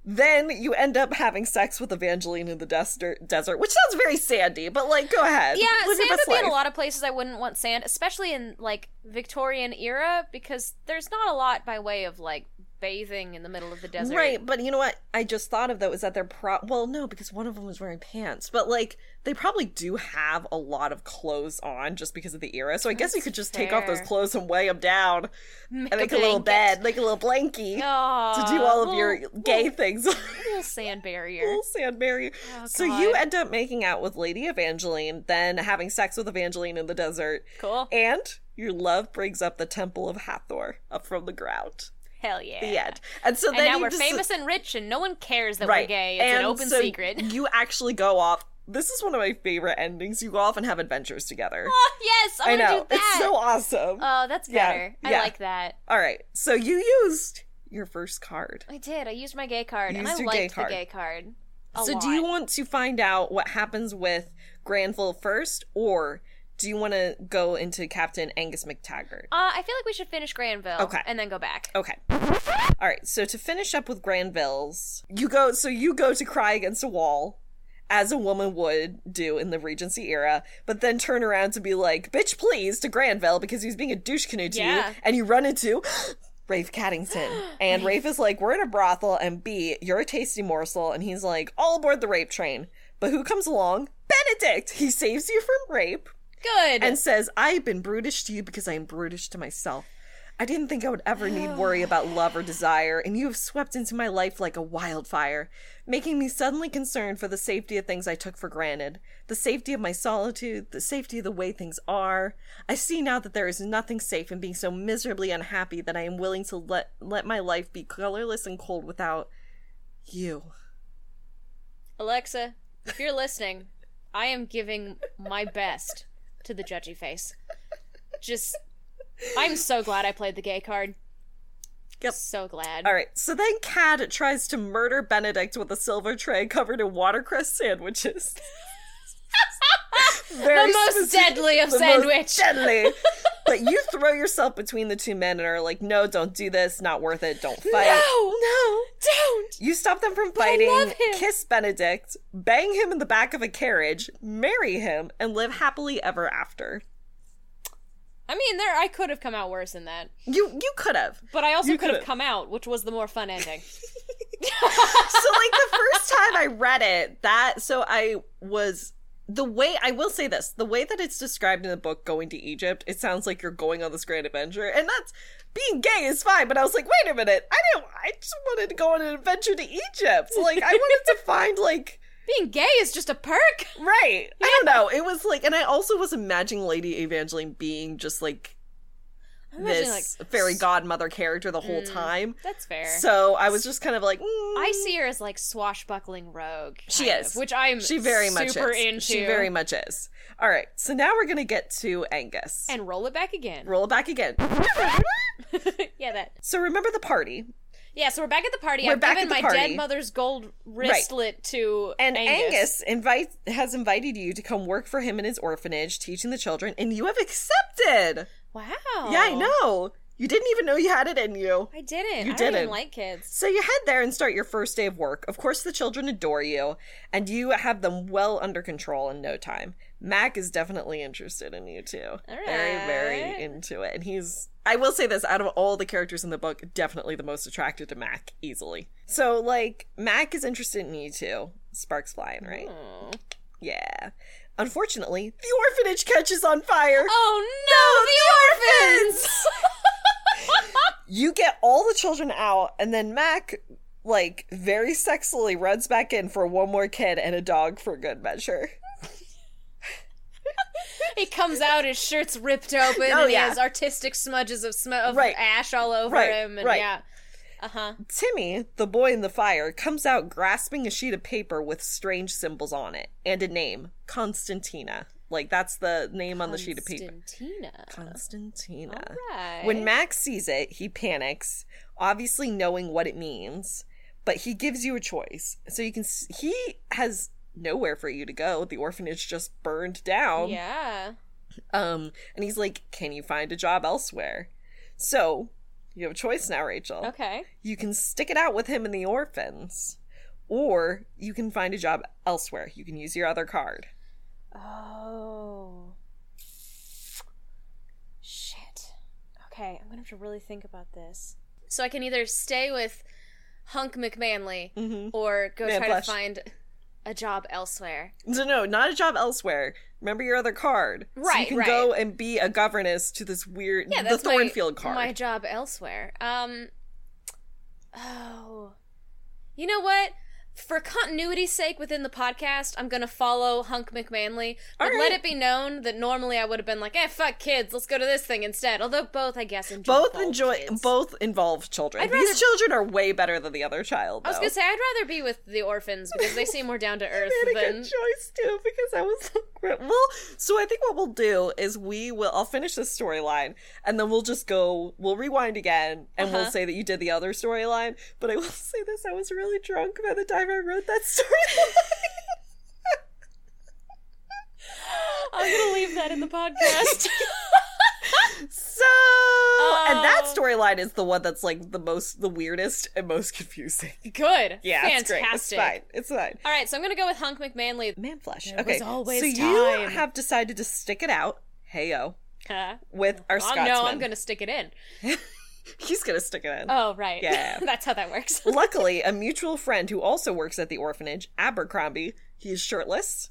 S3: then you end up having sex with Evangeline in the desert, desert, which sounds very sandy, but like, go ahead.
S1: yeah,
S3: Live your
S1: sand
S3: best
S1: would be in a
S3: life.
S1: lot of places I wouldn't want sand, especially in like Victorian era, because there's not a lot by way of like bathing in the middle of the desert.
S3: Right, but you know what? I just thought of though is that they're pro. Well, no, because one of them was wearing pants, but like they probably do have a lot of clothes on just because of the era. So I guess you could just take off those
S1: fair.
S3: clothes and weigh them down
S1: <laughs> Make
S3: and make a, little
S1: blanket.
S3: bed, <laughs> make a little blankie
S1: Aw,
S3: to do all of
S1: little-
S3: your gay things. <laughs>
S1: little sand barrier.
S3: Little Sandberry.
S1: Oh,
S3: so you
S1: God.
S3: end up making out with Lady Evangeline, then having sex with Evangeline in the desert,
S1: Cool.
S3: and your love brings up the Temple of Hathor up from the ground.
S1: Hell yeah.
S3: The end. And so
S1: And
S3: then
S1: now
S3: you
S1: we're
S3: just-
S1: famous and rich, and no one cares that
S3: right?
S1: we're gay. It's
S3: and
S1: an open
S3: so <laughs>
S1: secret. <laughs>
S3: You actually go off. This is one of my favorite endings. You go off and have adventures together.
S1: Oh, yes, I,
S3: I
S1: want to
S3: know
S1: do that.
S3: it's so awesome.
S1: oh, that's
S3: Yeah,
S1: better. I
S3: yeah.
S1: like that.
S3: All right, so you used your first card.
S1: I did. I used my gay card, and
S3: Used
S1: I
S3: your
S1: liked
S3: gay
S1: the
S3: card.
S1: gay card. A
S3: so do you
S1: lot.
S3: want to find out what happens with Granville first, or do you want to go into Captain Angus McTaggart?
S1: Uh, I feel like we should finish Granville.
S3: Okay.
S1: And then go back.
S3: Okay. All right. So to finish up with Granville's, you go. So you go to cry against a wall, as a woman would do in the Regency era, but then turn around to be like, "Bitch, please," to Granville because he was being a douche canoe to
S1: Yeah.
S3: you, and you run into. <gasps> Rafe Caddington. And Rafe is like, We're in a brothel, and B, you're a tasty morsel. And he's like, All aboard the rape train. But who comes along? Benedict! He saves you from rape
S1: Good.
S3: and says, I've been brutish to you because I am brutish to myself. I didn't think I would ever need worry about love or desire, and you have swept into my life like a wildfire, making me suddenly concerned for the safety of things I took for granted, the safety of my solitude, the safety of the way things are. I see now that there is nothing safe in being so miserably unhappy that I am willing to let let my life be colorless and cold without you.
S1: Alexa, if you're listening, I am giving my best to the judgy face. Just, I'm so glad I played the gay card.
S3: Yep.
S1: So glad.
S3: All right, so then Cad tries to murder Benedict with a silver tray covered in
S1: <laughs>
S3: watercress sandwiches. Very
S1: The most deadly of
S3: the most
S1: sandwich. <laughs>
S3: deadly. but you throw yourself between the two men and are like, "No, don't do this. Not worth it. Don't fight."
S1: No, no, don't.
S3: You stop them from
S1: I
S3: fighting.
S1: love him.
S3: Kiss Benedict, bang him in the back of a carriage, marry him, and live happily ever after.
S1: I mean, there I could have come out worse than that,
S3: You you could have.
S1: but I also
S3: You
S1: could have
S3: could've.
S1: come out, which was the more fun ending.
S3: so like the first time I read it, that so I was the way I will say this, the way that it's described in the book going to Egypt, it sounds like you're going on this grand adventure, and that's being gay is fine, but I was like, wait a minute, I didn't I just wanted to go on an adventure to Egypt. Like I wanted to find like
S1: Being gay is just a perk.
S3: Right. I don't know. It was like and I also was imagining Lady Evangeline being just like
S1: I'm imagining,
S3: this
S1: like,
S3: fairy godmother character the whole time.
S1: That's fair.
S3: So I was just kind of like, mm,
S1: I see her as like swashbuckling rogue.
S3: She
S1: kind
S3: is.
S1: of, which I'm
S3: she very much
S1: super
S3: is.
S1: into.
S3: She very much is. All right. So now we're gonna get to Angus
S1: and roll it back again.
S3: roll it back again.
S1: <laughs> yeah, that.
S3: So remember the party,
S1: Yeah, so we're back at the party.
S3: We're
S1: I've
S3: back
S1: given
S3: at
S1: my
S3: the party.
S1: dead mother's gold wristlet to
S3: and Angus,
S1: Angus.
S3: invite has invited you to come work for him in his orphanage, teaching the children, and you have accepted.
S1: Wow.
S3: Yeah, I know. You didn't even know you had it in you.
S1: I didn't.
S3: You
S1: I don't
S3: didn't.
S1: even like kids.
S3: So you head there and start your first day of work. Of course, the children adore you, and you have them well under control in no time. Mac is definitely interested in you too. Very,
S1: Alright.
S3: very into it. And he's, I will say this, out of all the characters in the book, definitely the most attracted to Mac, easily. So, like, Mac is interested in you too. Sparks flying, right?
S1: Oh,
S3: Yeah. Unfortunately, the orphanage catches
S1: <laughs>
S3: on fire.
S1: Oh, no, the orphans! <laughs>
S3: you get all the children out, and then Mac, like, very sexily runs back in for one more kid and a dog for good measure.
S1: he comes out, his shirt's ripped open,
S3: Oh,
S1: and he
S3: yeah.
S1: has artistic smudges of, sm- of
S3: Right.
S1: ash all over
S3: Right,
S1: him. And
S3: right.
S1: yeah. Uh huh.
S3: Timmy, the boy in the fire, comes out grasping a sheet of paper with strange symbols on it and a name Constantina. Like, that's the name on the sheet of paper.
S1: Constantina.
S3: Constantina.
S1: Right.
S3: When Max sees it, he panics, obviously knowing what it means, but he gives you a choice. So you can s- he has nowhere for you to go. The orphanage just burned down.
S1: yeah.
S3: Um and he's like, "Can you find a job elsewhere?" So, you have a choice now, Rachel.
S1: Okay.
S3: You can stick it out with him and the orphans, or you can find a job elsewhere. You can use your other card.
S1: Oh. Shit. Okay, I'm gonna have to really think about this. So I can either stay with Hunk McManley
S3: Mhm.
S1: or go
S3: Man
S1: try
S3: blush.
S1: to find a job elsewhere.
S3: No, no, not a job elsewhere. Remember your other card. So you
S1: Right,
S3: can
S1: right.
S3: go and be a governess to this weird
S1: Yeah,
S3: the
S1: that's my-
S3: Thornfield card.
S1: My job elsewhere. Um. Oh. You know what? For continuity's sake within the podcast, I'm gonna follow Hunk McManley. But
S3: All
S1: let
S3: right.
S1: it be known that normally I would have been like, "Eh, fuck kids, let's go to this thing instead." Although both, I guess, enjoy
S3: both
S1: both
S3: enjoy
S1: kids.
S3: both involve children.
S1: I'd rather-
S3: These children are way better than the other child.
S1: I was
S3: though.
S1: gonna say I'd rather be with the orphans because they seem more down
S3: <laughs>
S1: to earth
S3: I made a
S1: than
S3: good choice too because I was like, well. So I think what we'll do is we will. I'll finish this storyline and then we'll just go. We'll rewind again and we'll
S1: Uh-huh.
S3: say that you did the other storyline. But I will <laughs> say this: I was really drunk by the time I wrote that <laughs> storyline.
S1: I'm gonna leave that in the
S3: <laughs>
S1: podcast.
S3: So, and that
S1: Oh.
S3: storyline is the one that's like the most, the weirdest and most confusing. <laughs>
S1: Good.
S3: Yeah, it's
S1: Fantastic.
S3: great. It's fine. It's fine.
S1: All right, so I'm gonna go with Hunk McManley.
S3: Man flesh.
S1: There
S3: okay,
S1: was always
S3: so you
S1: time.
S3: have decided to stick it out. Heyo,
S1: Huh?
S3: with our
S1: Oh
S3: Scotsman.
S1: no, I'm gonna stick it in.
S3: He's gonna stick it in.
S1: Oh right.
S3: Yeah.
S1: <laughs> That's how that works.
S3: Luckily, a mutual friend who also works at the orphanage, Abercrombie, he is shirtless,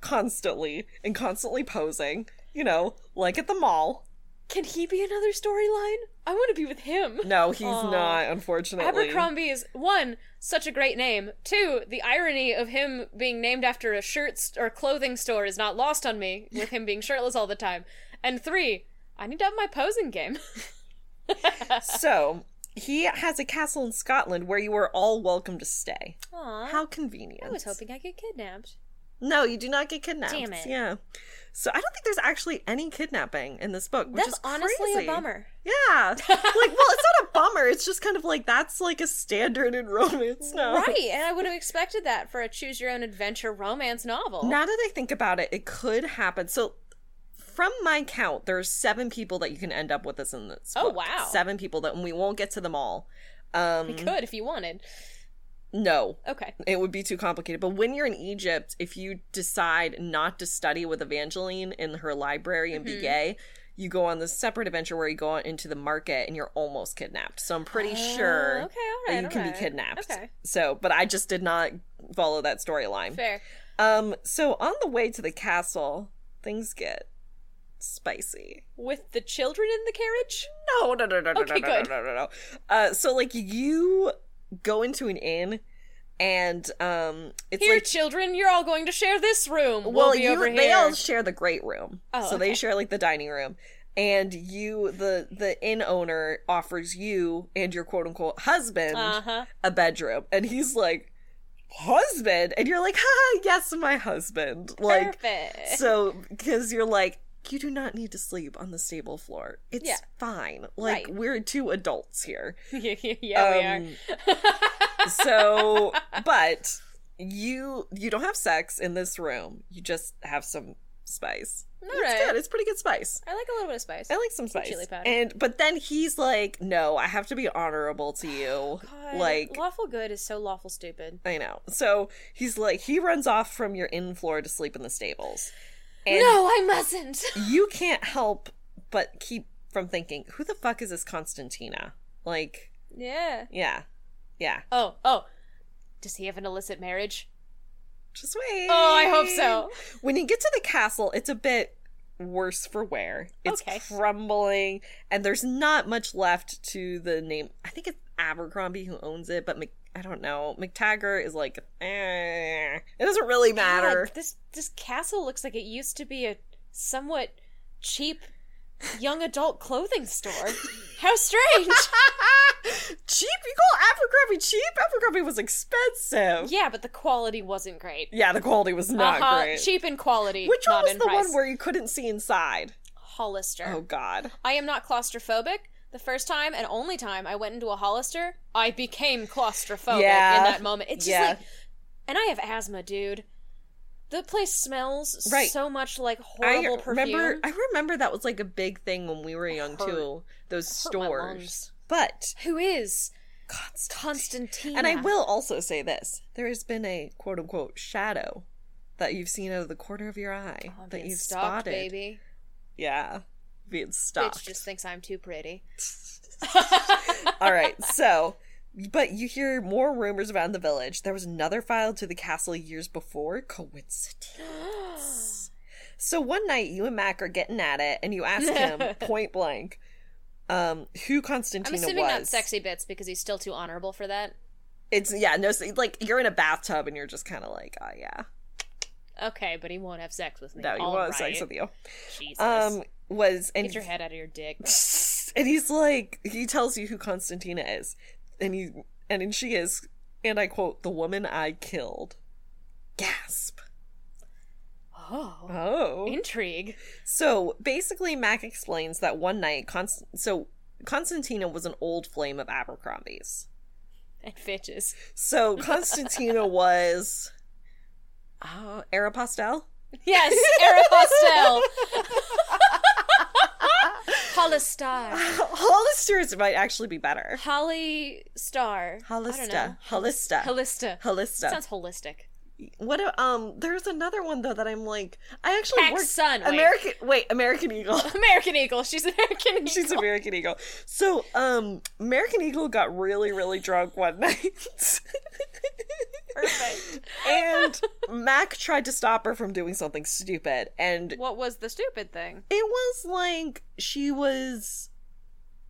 S3: constantly and constantly posing. You know, like at the mall.
S1: Can he be another storyline? I want to be with him.
S3: No, he's
S1: Aw.
S3: not, unfortunately.
S1: Abercrombie <laughs> is one such a great name. Two, the irony of him being named after a shirt st- or clothing store is not lost on me with him being shirtless all the time. And three, I need to have my posing game. <laughs>
S3: so he has a castle in Scotland where you are all welcome to stay.
S1: Aww.
S3: How convenient.
S1: Oh. I was hoping I get kidnapped.
S3: No, you do not get kidnapped.
S1: Damn it.
S3: Yeah. So I don't think there's actually any kidnapping in this book, which
S1: That's
S3: is
S1: honestly
S3: crazy.
S1: a bummer.
S3: Yeah. like, well, it's not a bummer. It's just kind of like that's like a standard in romance now.
S1: <laughs> Right, and I would have expected that for a choose your own adventure romance novel.
S3: Now that I think about it, it could happen. So, from my count, there are seven people that you can end up with us in this.
S1: Oh,
S3: book.
S1: wow.
S3: Seven people that, and we won't get to them all. Um,
S1: you could if you wanted.
S3: no,
S1: Okay.
S3: it would be too complicated. But when you're in Egypt, if you decide not to study with Evangeline in her library and
S1: Mm-hmm.
S3: be gay, you go on this separate adventure where you go out into the market and you're almost kidnapped. So I'm pretty
S1: Oh,
S3: sure
S1: Uh, Okay, all
S3: that
S1: right.
S3: you
S1: all
S3: can
S1: right.
S3: be kidnapped.
S1: Okay.
S3: So, but I just did not follow that storyline.
S1: Fair.
S3: Um, so on the way to the castle, things get spicy.
S1: With the children in the carriage?
S3: No, no, no, no, no,
S1: Okay,
S3: no, no,
S1: good.
S3: no, no, no. Uh, so like you go into an inn, and um, it's
S1: Here,
S3: like
S1: children, you're all going to share this room. We'll,
S3: well,
S1: be
S3: you
S1: over here.
S3: they all share the great room,
S1: Oh,
S3: so they
S1: okay.
S3: share like the dining room, and you the the inn owner offers you and your quote unquote husband
S1: uh-huh.
S3: a bedroom, and he's like husband, and you're like, ha, yes, my husband, like.
S1: Perfect.
S3: So, because you're like, you do not need to sleep on the stable floor. It's
S1: Yeah.
S3: fine. Like,
S1: Right.
S3: we're two adults here.
S1: <laughs> yeah,
S3: Um,
S1: <laughs> yeah, we are.
S3: so, <laughs> but you you don't have sex in this room. You just have some spice.
S1: all
S3: It's
S1: right.
S3: good. It's pretty good spice.
S1: I like a little bit of spice.
S3: I like some spice.
S1: chili powder.
S3: And but then he's like, "No, I have to be honorable
S1: <sighs>
S3: to you."
S1: God,
S3: like
S1: lawful good is so lawful stupid.
S3: I know. So, he's like he runs off from your inn floor to sleep in the stables. And
S1: no, I mustn't. <laughs>
S3: you can't help but keep from thinking, who the fuck is this Constantina? Like,
S1: Yeah.
S3: yeah, yeah.
S1: Oh, oh. Does he have an illicit marriage?
S3: Just wait.
S1: Oh, I hope so.
S3: When you get to the castle, it's a bit worse for wear. It's
S1: Okay.
S3: crumbling, and there's not much left to the name. I think it's Abercrombie who owns it, but Mc- I don't know. McTaggart is like, eh. it doesn't really matter.
S1: God, this this castle looks like it used to be a somewhat cheap young adult clothing
S3: <laughs>
S1: store. How strange.
S3: cheap? You call Abercrombie cheap? Abercrombie was expensive.
S1: yeah, but the quality wasn't great.
S3: Yeah, the quality was not
S1: Uh-huh,
S3: great.
S1: Cheap in quality.
S3: Which
S1: not
S3: one was
S1: in
S3: the
S1: price.
S3: one where you couldn't see inside?
S1: Hollister?
S3: Oh God.
S1: I am not claustrophobic. The first time and only time I went into a Hollister, I became claustrophobic
S3: Yeah.
S1: in that moment. It's just
S3: Yeah.
S1: like, and I have asthma, dude. The place smells
S3: Right.
S1: so much like
S3: I
S1: horrible perfume.
S3: remember. I remember that was like a big thing when we were young
S1: hurt.
S3: too. Those
S1: Hurt my
S3: stores,
S1: lungs.
S3: but
S1: Who is
S3: Const-
S1: Constantine?
S3: and I will also say this: there has been a quote unquote shadow that you've seen out of the corner of your eye
S1: Oh, I'm
S3: that
S1: being
S3: you've
S1: stalked,
S3: spotted.
S1: baby.
S3: Yeah, being
S1: Bitch
S3: stalked.
S1: just <laughs> thinks I'm too
S3: <laughs>
S1: pretty. <gasps>
S3: All right, so. But you hear more rumors about the village. There was another file to the castle years before. Coincidence. So one night you and Mac are getting at it, and you ask him
S1: <laughs>
S3: point blank, um, who
S1: I'm
S3: Constantina
S1: assuming
S3: was.
S1: not sexy bits because he's still too honorable for that.
S3: It's yeah, no, so, like you're in a bathtub and you're just kind of like, oh yeah,
S1: Okay, but he won't have sex with me.
S3: no, you
S1: All
S3: want sex
S1: right.
S3: with you.
S1: Jesus.
S3: Um, was and
S1: Get your head out of your dick.
S3: <laughs> and he's like, he tells you who Constantina is, and he and then she is, and I quote, the woman I killed. Gasp.
S1: Oh,
S3: Oh.
S1: intrigue.
S3: So basically, Mac explains that one night, Const- so Constantina was an old flame of Abercrombie's.
S1: And
S3: <laughs>
S1: fitches.
S3: So Constantina was uh, Aeropostale.
S1: Yes, Aeropostale. Hollister.
S3: <laughs> Hollister's might actually be better.
S1: Holly Star.
S3: Hollista. Hollista.
S1: Hollista.
S3: Hollista.
S1: Sounds holistic.
S3: what a, um there's another one though that I'm like I actually
S1: Pax
S3: worked
S1: Sun, wait.
S3: American wait, American Eagle.
S1: <laughs> American Eagle. She's American Eagle.
S3: <laughs> She's American Eagle. So, um, American Eagle got really, really drunk one <laughs> night.
S1: perfect.
S3: and Mac tried to stop her from doing something stupid. And
S1: What was the stupid thing?
S3: it was like she was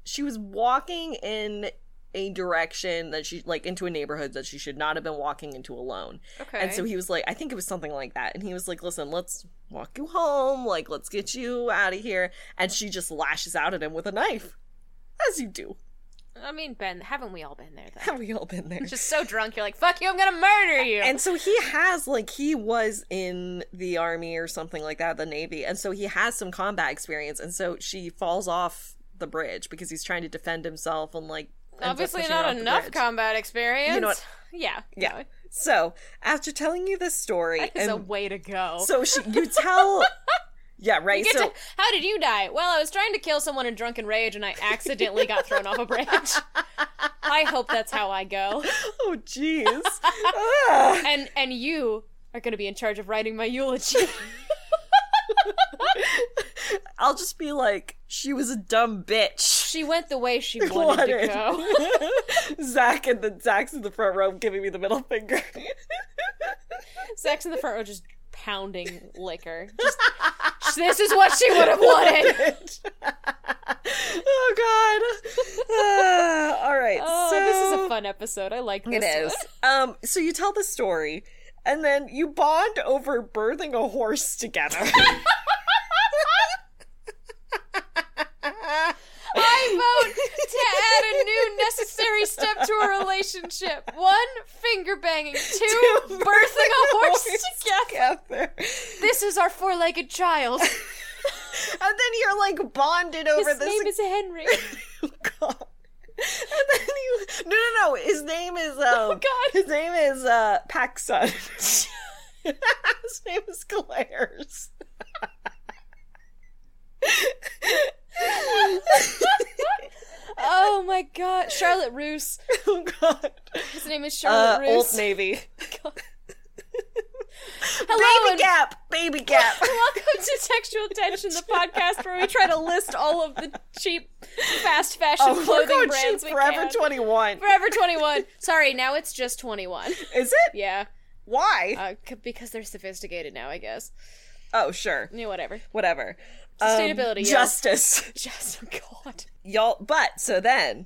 S3: she was walking in a direction that she like into a neighborhood that she should not have been walking into alone.
S1: Okay.
S3: And so he was like, I think it was something like that. And he was like, listen, let's walk you home. Like, let's get you out of here. And she just lashes out at him with a knife. As you do.
S1: I mean, Ben, haven't we all been there though?
S3: Have we all been there?
S1: <laughs> Just so drunk, you're like, "Fuck you! I'm gonna murder you."
S3: And so he has, like, he was in the army or something like that, the Navy. And so he has some combat experience. And so she falls off the bridge because he's trying to defend himself and, like, ends up
S1: Obviously,
S3: pushing her
S1: not
S3: off the
S1: enough
S3: bridge.
S1: combat experience.
S3: You know what-
S1: Yeah.
S3: Yeah. So after telling you this story,
S1: It's a
S3: and
S1: way to go.
S3: so she,
S1: <laughs>
S3: you tell, yeah, right.
S1: You get
S3: so
S1: to- how did you die? Well, I was trying to kill someone in drunken rage and I accidentally got thrown off a bridge.
S3: <laughs>
S1: I hope that's how I go.
S3: Oh,
S1: <laughs>
S3: jeez. Ah. Ugh.
S1: And and you are going to be in charge of writing my
S3: <laughs>
S1: eulogy.
S3: I'll just be like, she was a dumb bitch. <laughs>
S1: she went the way she wanted to go. <laughs>
S3: Zach and the Zach's in the front row giving me the middle finger.
S1: Zach's in the front row just pounding liquor. Just, this is what she would have wanted.
S3: <laughs> oh god. Uh, <laughs> all right.
S1: Oh,
S3: so
S1: this is a fun episode. <laughs> I like this.
S3: It is. Um, so you tell the story, and then you bond over birthing a
S1: <laughs>
S3: horse together.
S1: I vote to add a new necessary step to a relationship. One, finger banging. Two,
S3: <laughs>
S1: birthing a horse.
S3: together.
S1: This is our four legged child.
S3: And then you're like bonded <laughs> over
S1: His
S3: this.
S1: name is
S3: <laughs>
S1: Henry.
S3: God. <laughs> And then you No no no. His name is um
S1: Oh, God.
S3: his name is uh Paxson. <laughs> his name is Glares.
S1: Oh my god. Charlotte Roos.
S3: <laughs> Oh god.
S1: His name is
S3: Uh,
S1: Charlotte
S3: Old
S1: Roos. <laughs>
S3: <laughs> Navy.
S1: Hello,
S3: baby
S1: and
S3: gap, baby gap.
S1: <laughs>
S3: <laughs>
S1: welcome to Textual Tension, the podcast where we try to list all of the cheap, fast fashion
S3: Oh, we're
S1: clothing
S3: going
S1: brands
S3: cheap
S1: we
S3: forever
S1: can.
S3: 21.
S1: Forever 21. Sorry, now it's just 21.
S3: Is it?
S1: Yeah.
S3: Why?
S1: Uh, c- because they're sophisticated now, I guess.
S3: oh, sure.
S1: Yeah, whatever.
S3: Whatever. Um,
S1: Sustainability, yes.
S3: Justice. <laughs>
S1: Just oh God.
S3: Y'all but so then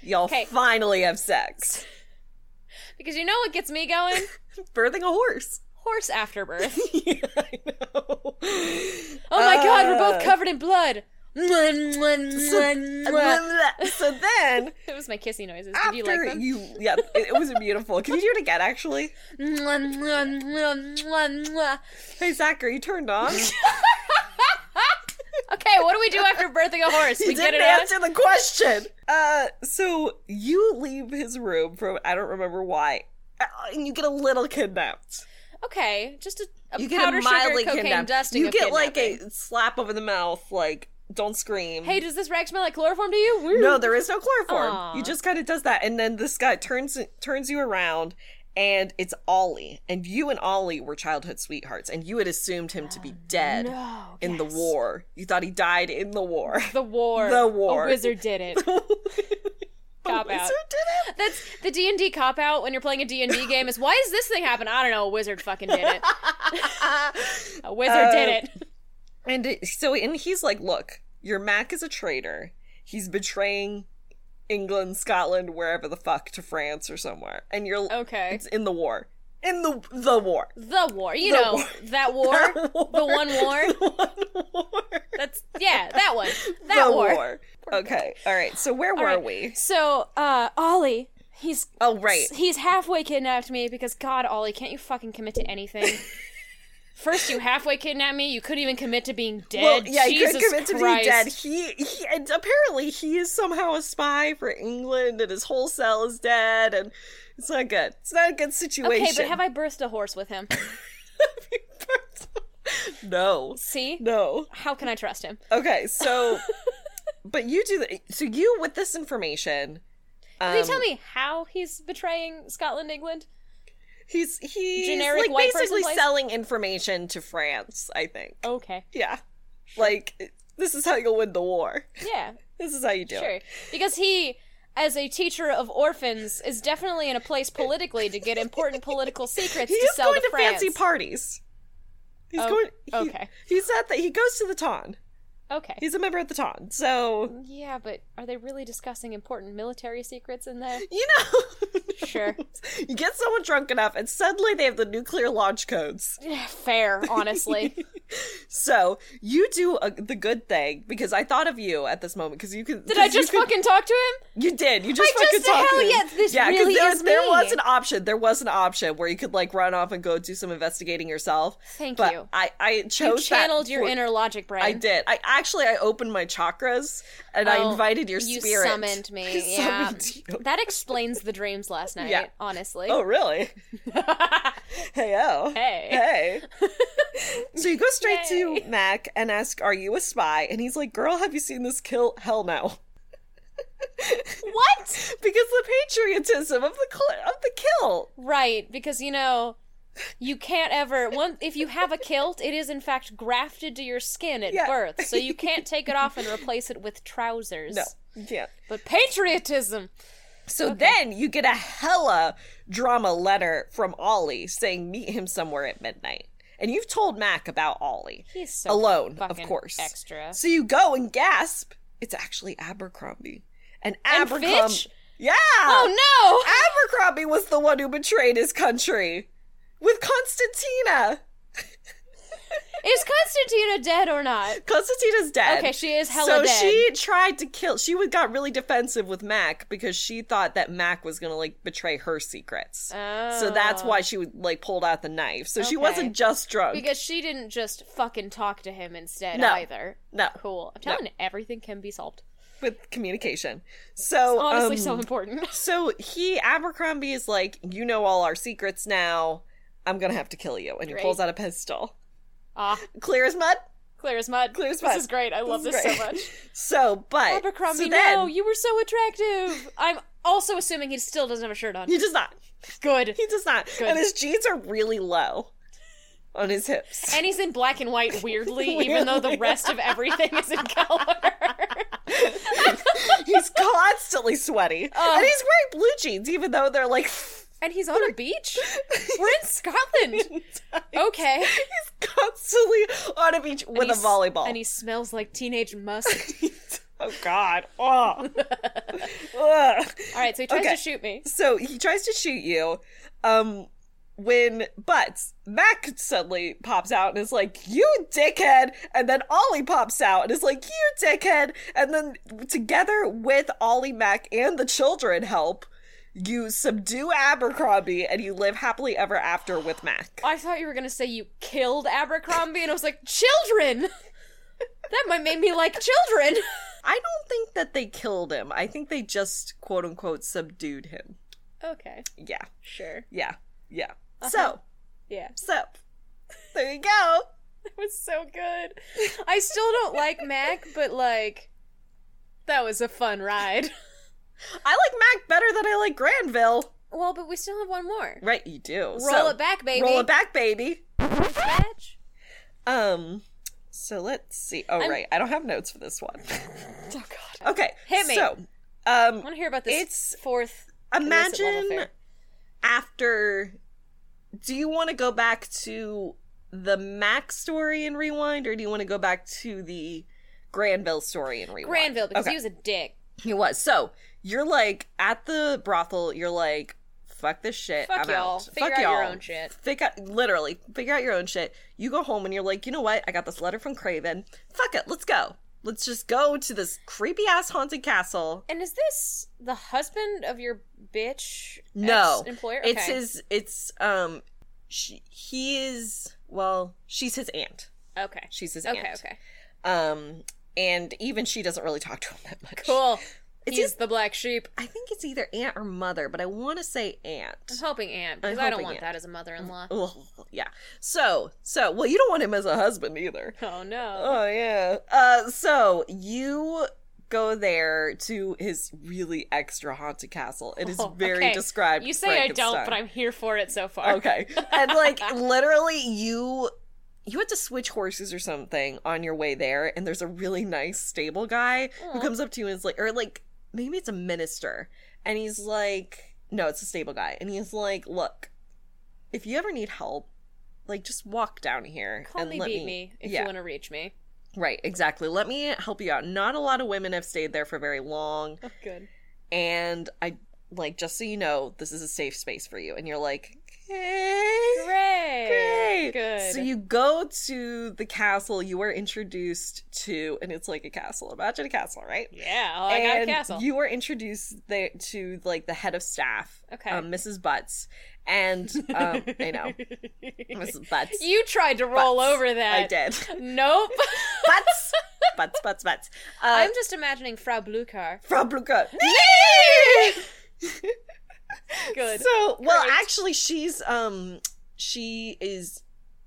S3: y'all
S1: Okay.
S3: finally have sex.
S1: Because you know what gets me going?
S3: <laughs> Birthing a horse. <laughs>
S1: Horse afterbirth.
S3: yeah, I know.
S1: Oh my God, we're both
S3: Uh,
S1: covered in blood. Mwah, mwah, mwah, mwah.
S3: So then,
S1: <laughs> It was my kissy noises. <laughs> Did
S3: after
S1: you like them?
S3: you, yeah, it, it was beautiful. Can you do it again? Actually,
S1: Mwah, mwah, mwah, mwah, mwah.
S3: hey Zach, are you turned on?
S1: <laughs> Okay, what do we do after birthing a horse?
S3: <laughs> You
S1: <laughs> We get
S3: didn't
S1: it out.
S3: answer the question. Uh, so you leave his room from I don't remember why, uh, and you get a little kidnapped.
S1: Okay, just a, a
S3: You get
S1: powder
S3: a
S1: sugar
S3: mildly
S1: cocaine
S3: kidnapped.
S1: dusting.
S3: you
S1: of
S3: get like
S1: kidnapping.
S3: a slap over the mouth, like don't scream.
S1: Hey, does this rag smell like chloroform to you? Woo.
S3: No, there is no chloroform.
S1: Aw.
S3: You just kind of does that, and then this guy turns turns you around, and it's Ollie. And you and Ollie were childhood sweethearts, and you had assumed him
S1: <gasps>
S3: to be dead
S1: No,
S3: in the
S1: yes.
S3: war. You thought he died in the war. <laughs>
S1: The war.
S3: The war.
S1: A wizard did
S3: <laughs>
S1: it. Cop out.
S3: Wizard did it.
S1: That's the D and D cop out when you're playing a D and
S3: <laughs>
S1: D game. Is why does this thing happen? I don't know. A wizard fucking did it. <laughs>
S3: <laughs>
S1: a wizard
S3: Uh,
S1: did it.
S3: And it- so, and he's like, "Look, your Mac is a traitor. He's betraying." England, Scotland, wherever the fuck to France or somewhere, and you're
S1: Okay.
S3: It's in the war, in the the war.
S1: The war. You
S3: The
S1: know
S3: war.
S1: that war.
S3: <laughs> That war.
S1: The one war.
S3: <laughs> The one war.
S1: That's yeah. That one. That
S3: <laughs> The
S1: war.
S3: <laughs> Okay. All right. So where were
S1: right.
S3: we?
S1: So, uh, Ollie, he's
S3: Oh, right.
S1: he's halfway kidnapped me because God, Ollie, can't you fucking commit to
S3: <laughs>
S1: anything? First, you halfway kidnapped me. You couldn't even commit to being dead.
S3: Well, yeah, he
S1: Jesus
S3: couldn't commit to being
S1: Christ.
S3: dead. He, he, and apparently he is somehow a spy for England, and his whole cell is dead, and it's not good. It's not a good situation.
S1: Okay, but have I birthed a horse with
S3: <laughs>
S1: him?
S3: no,
S1: See,
S3: no.
S1: how can I trust him? <laughs>
S3: Okay, so, but you do the, so you with this information.
S1: Can you
S3: um,
S1: tell me how he's betraying Scotland, England?
S3: He's he's
S1: Generic
S3: like
S1: white person Oh.
S3: basically
S1: place?
S3: selling information to France. I think.
S1: Okay.
S3: Yeah, like this is how you'll win the war.
S1: Yeah,
S3: This is how you <laughs> do
S1: sure.
S3: it.
S1: Because he, as a teacher of orphans, is definitely in a place politically to get important
S3: <laughs>
S1: political secrets
S3: He
S1: to
S3: is
S1: sell
S3: going to
S1: France.
S3: fancy parties. He's
S1: Oh,
S3: going. He,
S1: okay.
S3: He's at the. He goes to the Ton.
S1: okay.
S3: He's a member of the Ton. So
S1: Yeah, but are they really discussing important military secrets in there?
S3: you know, <laughs>
S1: Sure.
S3: you get someone drunk enough, and suddenly they have the nuclear launch codes.
S1: Fair,
S3: <laughs>
S1: honestly.
S3: So you do a, the good thing because I thought of you at this moment because you could.
S1: Did I
S3: 'cause you
S1: just
S3: could-
S1: fucking talk to him?
S3: You did. You just
S1: I
S3: fucking
S1: just said,
S3: talked
S1: "Hell
S3: to him."
S1: yes, this
S3: yeah, 'cause
S1: really
S3: there,
S1: is
S3: there
S1: me.
S3: was an option. There was an option where you could like run off and go do some investigating yourself.
S1: Thank
S3: but
S1: you.
S3: I I
S1: You
S3: chose
S1: channeled
S3: that
S1: your
S3: for-
S1: inner logic brain.
S3: I did. I actually I opened my chakras and
S1: Oh,
S3: I invited your
S1: You
S3: spirit.
S1: summoned me.
S3: <laughs> I
S1: yeah.
S3: summoned you.
S1: <laughs> That explains the dreams last night,
S3: Yeah.
S1: honestly.
S3: Oh really? Hey oh.
S1: hey.
S3: <laughs>
S1: <laughs>
S3: Hey. so you go straight
S1: Yay.
S3: to Mac and ask, "Are you a spy?" And he's like, "Girl, have you seen this kill? Hell no."
S1: What?
S3: <laughs> Because the patriotism of the cl- of the kill
S1: Right, because you know you can't ever one if you have a kilt, it is in fact grafted to your skin at
S3: Yeah.
S1: birth. So you
S3: <laughs>
S1: can't take it off and replace it with trousers.
S3: No, you can't.
S1: But patriotism
S3: So then you get a hella drama letter from Ollie saying meet him somewhere at midnight. And you've told Mac about Ollie.
S1: He's so
S3: alone, of
S1: fucking
S3: course.
S1: extra.
S3: So you go and gasp, it's actually Abercrombie. And
S1: And
S3: Abercrombie
S1: Fitch?
S3: Yeah.
S1: Oh no!
S3: Abercrombie was the one who betrayed his country with Constantina.
S1: Is Constantina dead or not?
S3: Constantina's dead.
S1: Okay, she is hella
S3: so
S1: dead.
S3: she tried to kill. She was, got really defensive with Mac because she thought that Mac was gonna like betray her secrets.
S1: Oh.
S3: So that's why she would, like pulled out the knife. So
S1: Okay.
S3: she wasn't just drunk.
S1: Because she didn't just fucking talk to him instead
S3: No.
S1: either.
S3: no,
S1: Cool. I'm telling you, everything can be solved.
S3: with communication. So
S1: It's honestly
S3: um,
S1: so important. <laughs>
S3: So he Abercrombie is like, you know all our secrets now. I'm gonna have to kill you, and he
S1: Great.
S3: pulls out a pistol,
S1: ah,
S3: clear as mud.
S1: clear as mud.
S3: Clear as
S1: This
S3: mud.
S1: is great. I love
S3: is
S1: this so
S3: great. <laughs>
S1: much.
S3: So, but
S1: Abercrombie,
S3: so then,
S1: no, you were so attractive. I'm also assuming he still doesn't have a
S3: <laughs>
S1: shirt on.
S3: he does not.
S1: Good.
S3: He does not.
S1: Good.
S3: And his jeans are really low on his hips.
S1: And he's in black and white weirdly, even though the rest of everything is in
S3: <laughs>
S1: color.
S3: <laughs> he's constantly sweaty.
S1: Oh.
S3: and he's wearing blue jeans, even though they're like <laughs>
S1: and he's on a beach. We're in
S3: <laughs>
S1: Scotland. Okay.
S3: he's constantly on a beach with
S1: And
S3: a
S1: he's-
S3: volleyball.
S1: And he smells like teenage musk.
S3: <laughs> oh God. Oh.
S1: <laughs>
S3: Ugh.
S1: All right, so he tries to
S3: Okay.
S1: shoot me.
S3: So he tries to shoot you. Um when but Mac suddenly pops out and is like, You dickhead! And then Ollie pops out and is like, You dickhead! And then together with Ollie Mac and the children help, you subdue Abercrombie and you live happily ever after with Mac.
S1: I thought you were gonna say you killed Abercrombie, and I was like, children. That might make me like children.
S3: I don't think that they killed him. I think they just quote unquote subdued him.
S1: Okay,
S3: Yeah.
S1: sure.
S3: Yeah. Yeah. So,
S1: Yeah,
S3: so there you go.
S1: that <laughs> was so good. I still don't like Mac, but like, that was a fun ride. <laughs>
S3: I like Mac better than I like Granville.
S1: Well, but we still have one more.
S3: Right, you do.
S1: Roll it back, baby.
S3: Roll it back, baby.
S1: Dispatch.
S3: Um, so let's see. Oh,
S1: I'm-
S3: right. I don't have notes for this one. <laughs>
S1: Oh God,
S3: okay.
S1: Hit me.
S3: So,
S1: I
S3: um,
S1: want to hear about this.
S3: It's-
S1: fourth. illicit level
S3: imagine
S1: affair.
S3: after. Do you want to go back to the Mac story and rewind, or do you want to go back to the Granville story and rewind?
S1: Granville because
S3: Okay.
S1: he was a dick.
S3: He was. So you're like at the brothel. You're like, fuck this shit.
S1: Fuck
S3: I'm
S1: y'all.
S3: Out.
S1: Figure
S3: fuck
S1: out
S3: y'all.
S1: your own shit.
S3: Figure out, literally figure out your own shit. You go home and you're like, you know what? I got this letter from Craven. Fuck it. Let's go. Let's just go to this creepy ass haunted castle.
S1: And is this the husband of your bitch?
S3: No,
S1: employer.
S3: It's his. It's um, she, he is. Well, she's his aunt.
S1: Okay.
S3: She's his
S1: Okay.
S3: aunt.
S1: Okay.
S3: Um, and even she doesn't really talk to him that much.
S1: Cool.
S3: It's
S1: He's
S3: just-
S1: the black sheep.
S3: I think it's either aunt or mother, but I want to say aunt.
S1: I'm hoping aunt because I don't
S3: hoping
S1: want
S3: aunt.
S1: that as a
S3: <laughs>
S1: mother-in-law.
S3: Ugh, yeah. So, so well, you don't want him as a husband either.
S1: Oh no.
S3: Oh yeah. Uh, so you go there to his really extra haunted castle. It is
S1: Oh,
S3: very
S1: okay.
S3: described.
S1: You say I don't,
S3: Frankenstein.
S1: but I'm here for it so far.
S3: okay.
S1: <laughs>
S3: And like literally, you you had to switch horses or something on your way there, and there's a really nice stable guy who
S1: Aw.
S3: comes up to you and is like, or like maybe it's a minister, and he's like, no, it's a stable guy, and he's like, look, if you ever need help, like just walk down here
S1: Call
S3: and
S1: me,
S3: let
S1: beat me if
S3: yeah.
S1: you want to reach me.
S3: Right, exactly. Let me help you out. Not a lot of women have stayed there for very long,
S1: Oh, good.
S3: and I like just so you know, this is a safe space for you. And you're like, okay.
S1: Great.
S3: Great.
S1: Good.
S3: So you go to the castle. You are introduced to, and it's like a castle. Imagine a castle, right?
S1: Yeah. oh, I got a
S3: and
S1: castle.
S3: you were introduced there to like the head of staff,
S1: Okay. <laughs>
S3: um, Mrs. Butts, and um, I know Mrs. Butts.
S1: You tried to roll
S3: Butts.
S1: over that.
S3: I did. Uh,
S1: Nope.
S3: Butts, Butts, Butts, Butts. Uh,
S1: <laughs> I'm just imagining Frau Blücher.
S3: from Bluka.
S1: Good.
S3: So, well,
S1: Great.
S3: actually, she's um, she is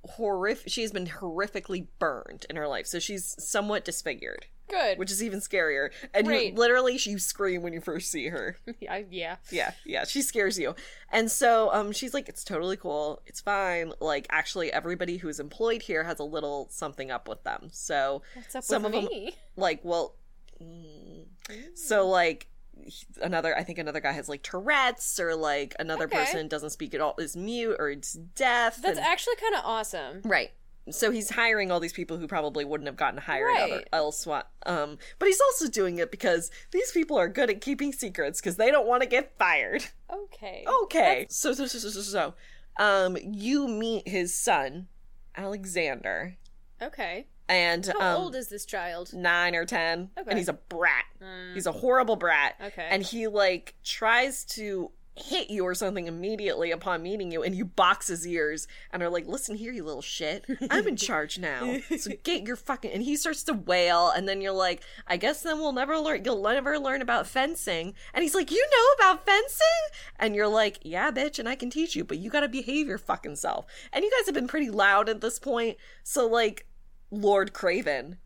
S3: horrific. She has been horrifically burned in her life, so she's somewhat disfigured,
S1: good.
S3: which is even scarier. And you,
S1: Great.
S3: literally, you scream when you first see her.
S1: I, yeah.
S3: Yeah, yeah, she scares you. And so, um, she's like, "It's totally cool. It's fine. Like, actually, everybody who's employed here has a little something up with them. So,
S1: What's up
S3: Some
S1: with
S3: of 'em-
S1: me?
S3: like well mm. so like he- another i think another guy has like tourette's or like another
S1: Okay.
S3: person doesn't speak at all is mute or it's deaf
S1: That's
S3: and-
S1: actually kind of awesome.
S3: right so he's hiring all these people who probably wouldn't have gotten hired other,
S1: Right.
S3: elsewhere um but he's also doing it because these people are good at keeping secrets because they don't want to get fired
S1: Okay.
S3: okay so so so so so, so um you meet his son alexander
S1: Okay.
S3: and
S1: How
S3: um
S1: old is this child?
S3: nine or ten
S1: Okay.
S3: and he's a brat
S1: Mm,
S3: he's a horrible brat
S1: okay.
S3: and he like tries to hit you or something immediately upon meeting you and you box his ears and are like listen here you little shit i'm in charge now so get your fucking and he starts to wail and then you're like i guess then we'll never learn you'll never learn about fencing and he's like you know about fencing and you're like yeah bitch and i can teach you but you gotta behave your fucking self and you guys have been pretty loud at this point so like lord craven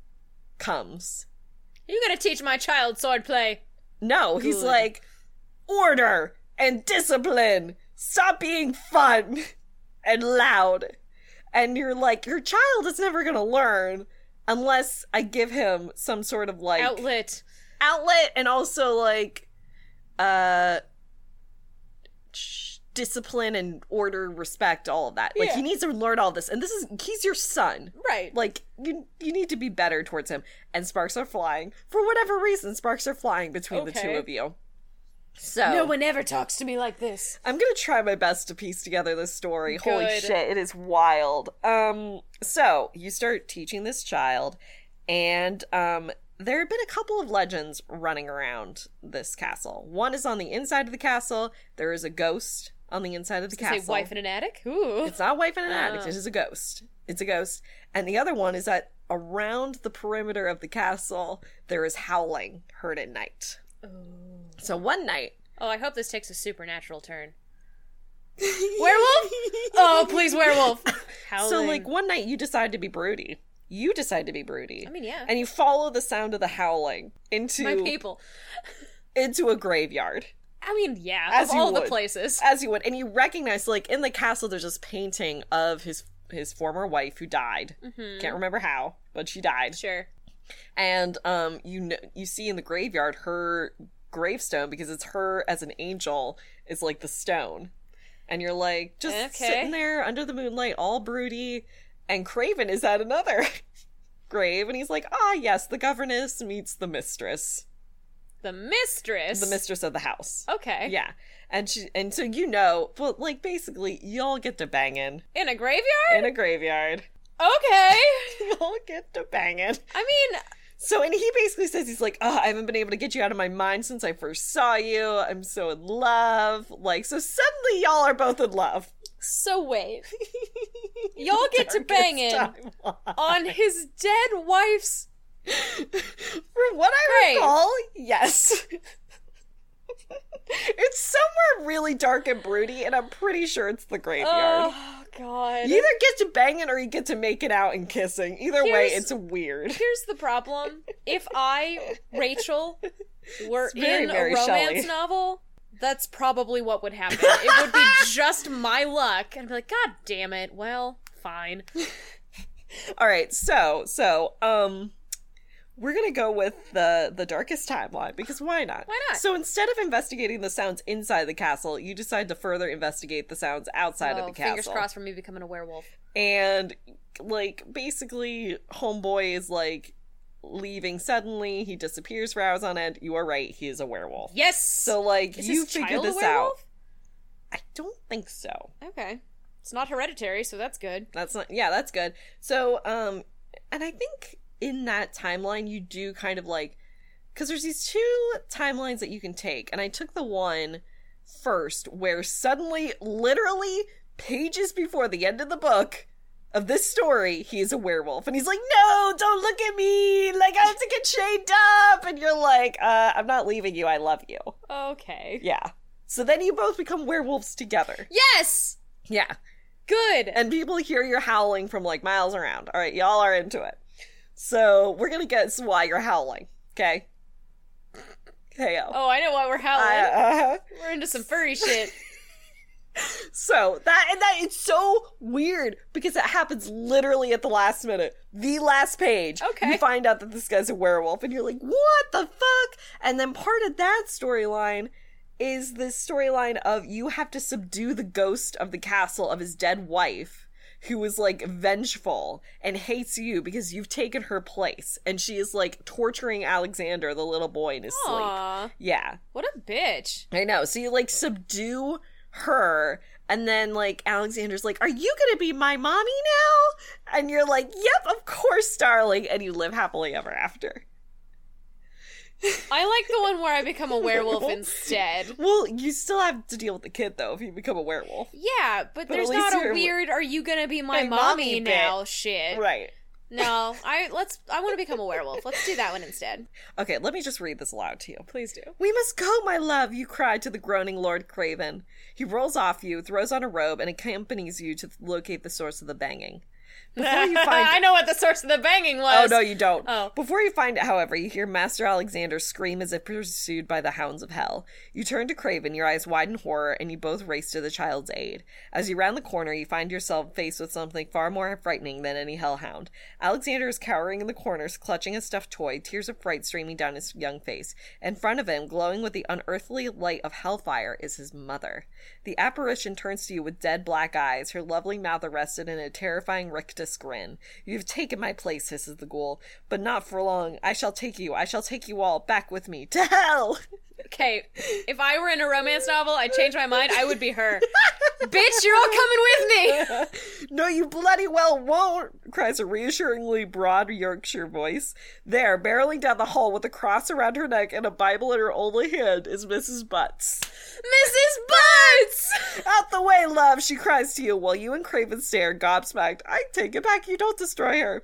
S3: comes
S1: you gotta teach my child swordplay.
S3: no, he's
S1: Good.
S3: like, order and discipline. Stop being fun and loud. And you're like, your child is never going to learn unless I give him some sort of like
S1: Outlet.
S3: outlet and also like, uh, sh- discipline and order respect all of that like
S1: Yeah.
S3: he needs to learn all this and this is he's your son
S1: Right.
S3: like you you need to be better towards him and sparks are flying for whatever reason sparks are flying between the two
S1: Okay.
S3: of you so
S1: no one ever talks to me like this.
S3: i'm gonna try my best to piece together this story holy
S1: Good.
S3: shit it is wild um so you start teaching this child and um there have been a couple of legends running around this castle one is on the inside of the castle there is a ghost on the inside of the
S1: Say
S3: castle
S1: wife in an attic? Ooh.
S3: it's not wife and an addict.
S1: Oh.
S3: It is a ghost. It's a ghost. And the other one is that around the perimeter of the castle, there is howling heard at night. So one night,
S1: Oh, I hope this takes a supernatural turn. <laughs> werewolf? Oh, please, werewolf. <laughs> Howling.
S3: so like one night you decide to be broody. You decide to be broody.
S1: I mean, yeah.
S3: and you follow the sound of the howling into
S1: my people.
S3: into a graveyard.
S1: I mean, yeah.
S3: As
S1: of
S3: you
S1: all the
S3: would.
S1: places.
S3: as you would and you recognize like in the castle there's this painting of his his former wife who died
S1: Mm.
S3: can't remember how but she died
S1: Mm-hmm. Sure.
S3: and um you know you see in the graveyard her gravestone because it's her as an angel is like the stone and you're like just
S1: Okay.
S3: sitting there under the moonlight all broody and craven is at another <laughs> grave and he's like ah yes the governess meets the mistress
S1: The mistress.
S3: the mistress of the house
S1: Okay.
S3: yeah and she and so you know but like basically y'all get to banging
S1: In a graveyard?
S3: in a graveyard <laughs>
S1: Okay.
S3: y'all get to banging
S1: I mean,
S3: So, and he basically says, he's like, oh, I haven't been able to get you out of my mind since I first saw you. I'm so in love. Like, so suddenly y'all are both in love. <laughs>
S1: so wait. Y'all get to
S3: Darkest
S1: banging
S3: timeline.
S1: on his dead wife's.
S3: From what I
S1: Great.
S3: recall, yes. <laughs> it's somewhere really dark and broody, and I'm pretty sure it's the graveyard.
S1: Oh, God.
S3: you either get to banging or you get to make it out and kissing. Either way,
S1: Here's-
S3: it's weird.
S1: Here's the problem. If I, Rachel, were
S3: It's very
S1: in
S3: Mary
S1: a romance
S3: Shelley.
S1: novel, that's probably what would happen. It
S3: <laughs>
S1: would be just my luck. And I'd be like, God damn it. Well, fine.
S3: All right, so so um we're gonna go with the the darkest timeline because why not?
S1: Why not?
S3: So instead of investigating the sounds inside the castle, you decide to further investigate the sounds outside
S1: Oh,
S3: of the castle.
S1: fingers crossed for me becoming a werewolf.
S3: And like basically, homeboy is like leaving suddenly. He disappears for hours on end. You are right; he is a werewolf.
S1: Yes.
S3: So like
S1: Is
S3: you
S1: his
S3: figure
S1: child a
S3: this out.
S1: werewolf?
S3: I don't think so.
S1: Okay. It's not hereditary, so that's good.
S3: That's not yeah, that's good. So, um and I think in that timeline you do kind of like cuz there's these two timelines that you can take. And I took the one first where suddenly literally pages before the end of the book of this story, he is a werewolf and he's like, "No, don't look at me. Like I have to get shaved up." And you're like, "Uh, I'm not leaving you. I love you."
S1: Okay.
S3: Yeah. So then you both become werewolves together.
S1: Yes.
S3: Yeah
S1: Good.
S3: and people hear your howling from like miles around. All right, y'all are into it. So we're gonna guess why you're howling. Okay. Hey.
S1: Oh, I know why we're Oh, howling.
S3: uh, <laughs>
S1: We're into some furry shit.
S3: So that and that it's so weird because it happens literally at the last minute. The last page.
S1: Okay.
S3: You find out that this guy's a werewolf and you're like, what the fuck? And then part of that storyline is this storyline of you have to subdue the ghost of the castle of his dead wife, who is like vengeful and hates you because you've taken her place. And she is like torturing Alexander, the little boy, in his sleep.
S1: Aw,
S3: Yeah.
S1: what a bitch.
S3: I know. So you like subdue her, and then like Alexander's like, "Are you gonna be my mommy now?" And you're like, "Yep, of course, darling." And you live happily ever after.
S1: I like the one where I
S3: <laughs>
S1: become a werewolf instead.
S3: Well, you still have to deal with the kid though if you become a werewolf,
S1: Yeah, but,
S3: at
S1: there's
S3: least
S1: not a
S3: you're-
S1: weird "Are you gonna be my,
S3: My
S1: mommy,
S3: mommy bit.
S1: now?" Shit.
S3: right?
S1: No, I let's. I want to become a werewolf. Let's do that one instead.
S3: Okay, let me just read this aloud to you.
S1: Please do.
S3: We must go, my love, you cry to the groaning Lord Craven. He rolls off you, throws on a robe, and accompanies you to locate the source of the banging. Before <laughs> you
S1: <laughs>
S3: find
S1: I know what the source of the banging
S3: Oh
S1: was.
S3: no, you don't.
S1: Oh.
S3: Before you find it, however, you hear Master Alexander scream as if pursued by the hounds of hell. You turn to Craven, your eyes wide in horror, and you both race to the child's aid. As you round the corner, you find yourself faced with something far more frightening than any hellhound. Alexander is cowering in the corners, clutching a stuffed toy, tears of fright streaming down his young face. In front of him, glowing with the unearthly light of hellfire, is his mother. The apparition turns to you with dead black eyes, her lovely mouth arrested in a terrifying rictus grin. You have taken my place, hisses the ghoul, but not for long. I shall take you, I shall take you all back with me to hell. <laughs>
S1: Okay, if I were in a romance novel, I'd change my mind. I would be
S3: <laughs>
S1: her. Bitch, you're all coming with me.
S3: no, you bloody well won't, cries a reassuringly broad Yorkshire voice. There, barreling down the hall with a cross around her neck and a Bible in her only hand, is Mrs. Butts.
S1: Mrs. Butts. <laughs>
S3: Out the way, love, she cries to you while you and Craven stare, gobsmacked. I take it back, you don't destroy her.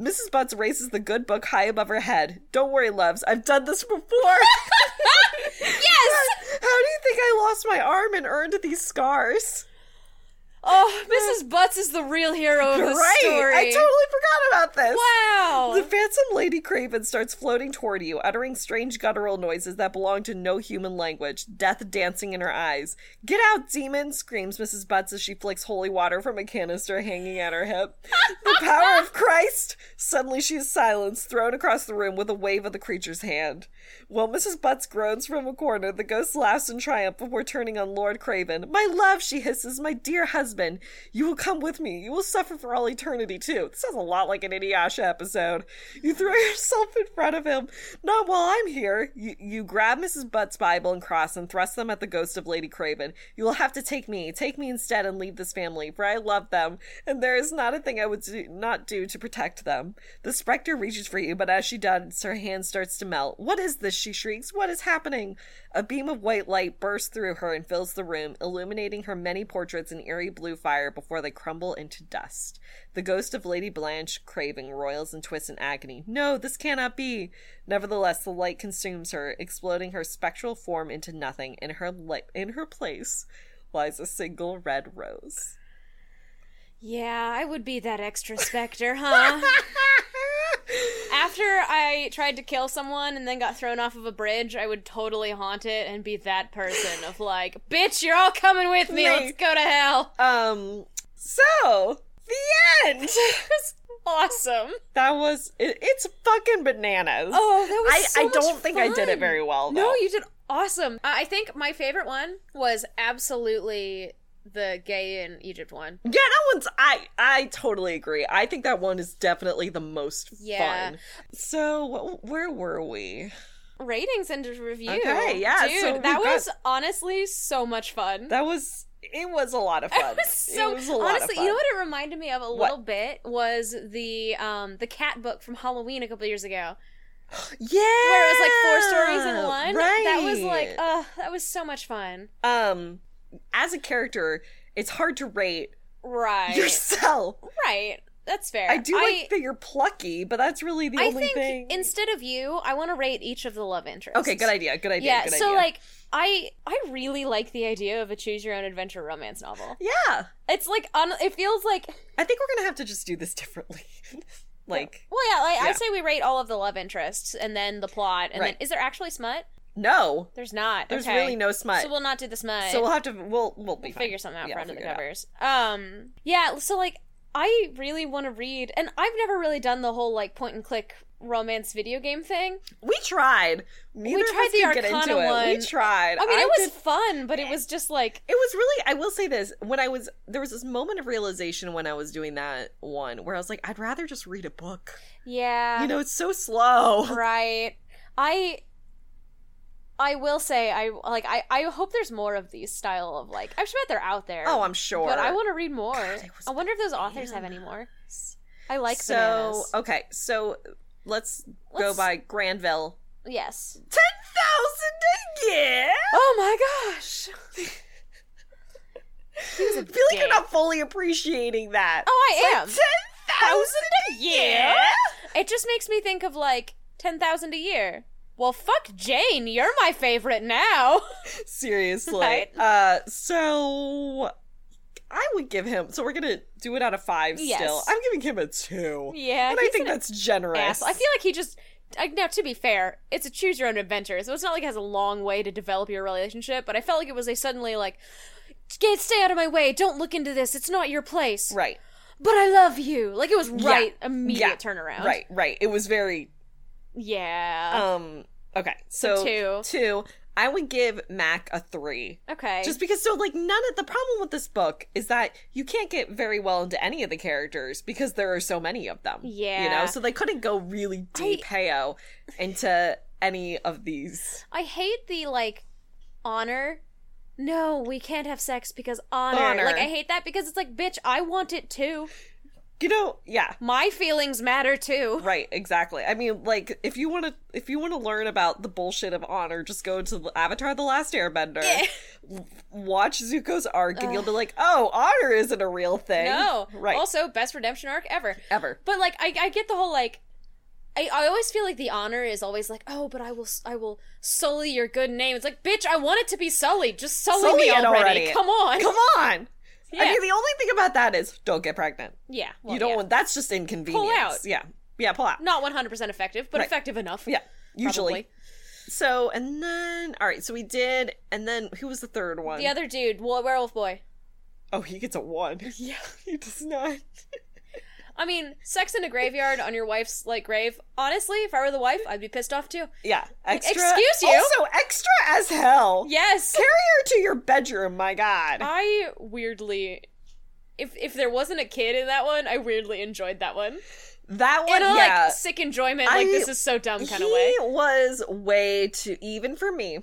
S3: Mrs. Butts raises the good book high above her head. Don't worry, loves, I've done this before.
S1: <laughs> Yes.
S3: <laughs> How do you think I lost my arm and earned these scars?
S1: Oh, Mrs. Butts is the real hero of the
S3: right,
S1: story.
S3: I totally forgot about this. The
S1: Wow.
S3: phantom Lady Craven starts floating toward you, uttering strange guttural noises that belong to no human language, death dancing in her eyes. Get out, demon! screams Mrs. Butts as she flicks holy water from a canister hanging at her hip. the power of Christ! Suddenly she is silenced, thrown across the room with a wave of the creature's hand. While Mrs. Butts groans from a corner, the ghost laughs in triumph before turning on Lord Craven. My love, she hisses, my dear husband, you will come with me. You will suffer for all eternity, too. This sounds a lot like an Inuyasha episode. You throw <laughs> yourself in front of him. Not while I'm here. You, you grab Mrs. Butt's Bible and cross and thrust them at the ghost of Lady Craven. You will have to take me. Take me instead and leave this family, for I love them, and there is not a thing I would do, not do to protect them. The specter reaches for you, but as she does, her hand starts to melt. What is this? She shrieks. What is happening? A beam of white light bursts through her and fills the room, illuminating her many portraits in eerie blue fire before they crumble into dust. The ghost of Lady Blanche Craven roils and twists in agony. No, this cannot be. Nevertheless, the light consumes her, exploding her spectral form into nothing. In her li- in her place lies a single red rose.
S1: Yeah, I would be that extra specter, huh? <laughs> After I tried to kill someone and then got thrown off of a bridge, I would totally haunt it and be that person of like, bitch, you're all coming with me.
S3: Right.
S1: Let's go to hell.
S3: Um. So
S1: <laughs>
S3: the end.
S1: Awesome.
S3: that was it, it's fucking bananas.
S1: Oh, that was
S3: I,
S1: so
S3: I don't
S1: much
S3: think I did it
S1: fun.
S3: very well. Though.
S1: No, you did awesome. I I think my favorite one was absolutely the gay in Egypt one.
S3: Yeah, that one's I I totally agree. I think that one is definitely the most
S1: Yeah.
S3: fun. So wh- where were we?
S1: ratings and a review.
S3: Okay, yeah,
S1: dude,
S3: so we
S1: that
S3: got-
S1: was honestly so much fun.
S3: That was it was
S1: <laughs>
S3: a lot of fun.
S1: That was so
S3: it was a lot
S1: honestly,
S3: of fun.
S1: you know what it reminded me of a little bit was the um the cat book from Halloween a couple years ago,
S3: Yeah,
S1: where it was like four stories in one.
S3: Right,
S1: That was like, uh, that was so much fun.
S3: um, as a character, it's hard to rate
S1: Right,
S3: yourself.
S1: right. That's fair.
S3: I do like that you're plucky, but that's really the
S1: I
S3: only
S1: think
S3: thing.
S1: instead of you, I want to rate each of the love interests.
S3: okay, good idea. Good idea.
S1: Yeah,
S3: good
S1: so
S3: idea.
S1: like I I really like the idea of a choose your own adventure romance novel.
S3: yeah,
S1: It's like on it feels like
S3: I think we're gonna have to just do this <laughs> differently. like,
S1: Well, yeah, like,
S3: Yeah.
S1: I'd say we rate all of the love interests and then the plot. And
S3: Right.
S1: then, is there actually smut?
S3: No,
S1: There's not.
S3: there's
S1: okay.
S3: really no smut.
S1: So we'll not do the smut.
S3: So we'll have to we'll we'll be fine.
S1: figure something out
S3: Yeah,
S1: for
S3: we'll
S1: under the
S3: figure it out.
S1: covers. Um, yeah. So like, I really want to read, and I've never really done the whole like point and click romance video game thing.
S3: We tried. Neither of
S1: tried
S3: us
S1: the
S3: could get into
S1: Arcana
S3: it.
S1: one.
S3: We tried.
S1: I mean, it was
S3: did-
S1: fun, but it was just like
S3: it was really. I will say this: when I was there was this moment of realization when I was doing that one where I was like, I'd rather just read a book.
S1: yeah,
S3: You know, it's so slow. <laughs>
S1: right. I. I will say I like I, I hope there's more of these style of like I'm sure they're out there.
S3: Oh, I'm sure.
S1: But I want to read more.
S3: it was
S1: I wonder if those authors have any more. I like
S3: so
S1: bananas.
S3: okay. So let's, go
S1: Let's-
S3: by Granville.
S1: Yes.
S3: Ten thousand a year.
S1: Oh my gosh. he was a
S3: I feel like
S1: dick.
S3: you're not fully appreciating that.
S1: Oh, I am.
S3: Ten thousand a year. <laughs>
S1: It just makes me think of like ten thousand a year. Well, fuck Jane. You're my favorite
S3: <laughs>
S1: now.
S3: Seriously.
S1: Right?
S3: Uh so I would give him so we're gonna do it out of five
S1: Yes.
S3: still. I'm giving him a two.
S1: yeah.
S3: and I
S1: he's
S3: think
S1: an
S3: that's generous.
S1: ass. I feel like he just. I, now, to be fair, it's a choose your own adventure, so it's not like it has a long way to develop your relationship. But I felt like it was a suddenly like, "Get stay out of my way! Don't look into this. It's not your place."
S3: Right.
S1: But I love you. Like it was
S3: Yeah.
S1: right immediate
S3: Yeah.
S1: turnaround.
S3: Right, right. It was very
S1: Yeah.
S3: um okay.
S1: two.
S3: So two. I would give Mac a three.
S1: okay.
S3: Just because so like none of the problem with this book is that you can't get very well into any of the characters because there are so many of them. You
S1: Yeah.
S3: know, so they couldn't go really deep heyo into any of these.
S1: I hate the like honor. No, we can't have sex because honor.
S3: Honor.
S1: Like I hate that because it's like, bitch, I want it too.
S3: You know, yeah.
S1: My feelings matter too.
S3: Right, exactly. I mean, like if you want to if you want to learn about the bullshit of honor, just go to Avatar the Last Airbender. w- Watch Zuko's arc and you'll be like, "Oh, honor isn't a real thing."
S1: No.
S3: Right.
S1: Also, best redemption arc ever.
S3: ever.
S1: But like, I, I get the whole like. I, I always feel like the honor is always like, oh, but I will, s- I will sully your good name. It's like, bitch, I want it to be sullied. Just sully,
S3: Sully
S1: me
S3: it
S1: already.
S3: already.
S1: Come on.
S3: Come on. I
S1: Yeah.
S3: mean, the only thing about that is don't get pregnant.
S1: <laughs> yeah. Well,
S3: you don't
S1: yeah.
S3: want that's just inconvenience.
S1: out.
S3: Yeah. Yeah, pull out.
S1: Not one hundred percent effective, but
S3: Right.
S1: effective enough.
S3: Yeah. Usually.
S1: probably.
S3: So, and then all right, so we did and then who was the third one?
S1: The other dude, Wo- werewolf boy.
S3: Oh, he gets
S1: <laughs>
S3: a 1. Yeah, <laughs> he does not.
S1: I mean, sex in a graveyard on your wife's like grave. Honestly, if I were the wife, I'd be pissed off too.
S3: Yeah, extra.
S1: excuse you?
S3: Also, extra as hell.
S1: Yes,
S3: Carry her to your bedroom, my god.
S1: I weirdly, if if there wasn't a kid in that one, I weirdly enjoyed that one
S3: That one,
S1: in a
S3: yeah.
S1: like sick enjoyment,
S3: I-
S1: like this is so dumb kind of
S3: he
S1: way.
S3: was way too, even for me,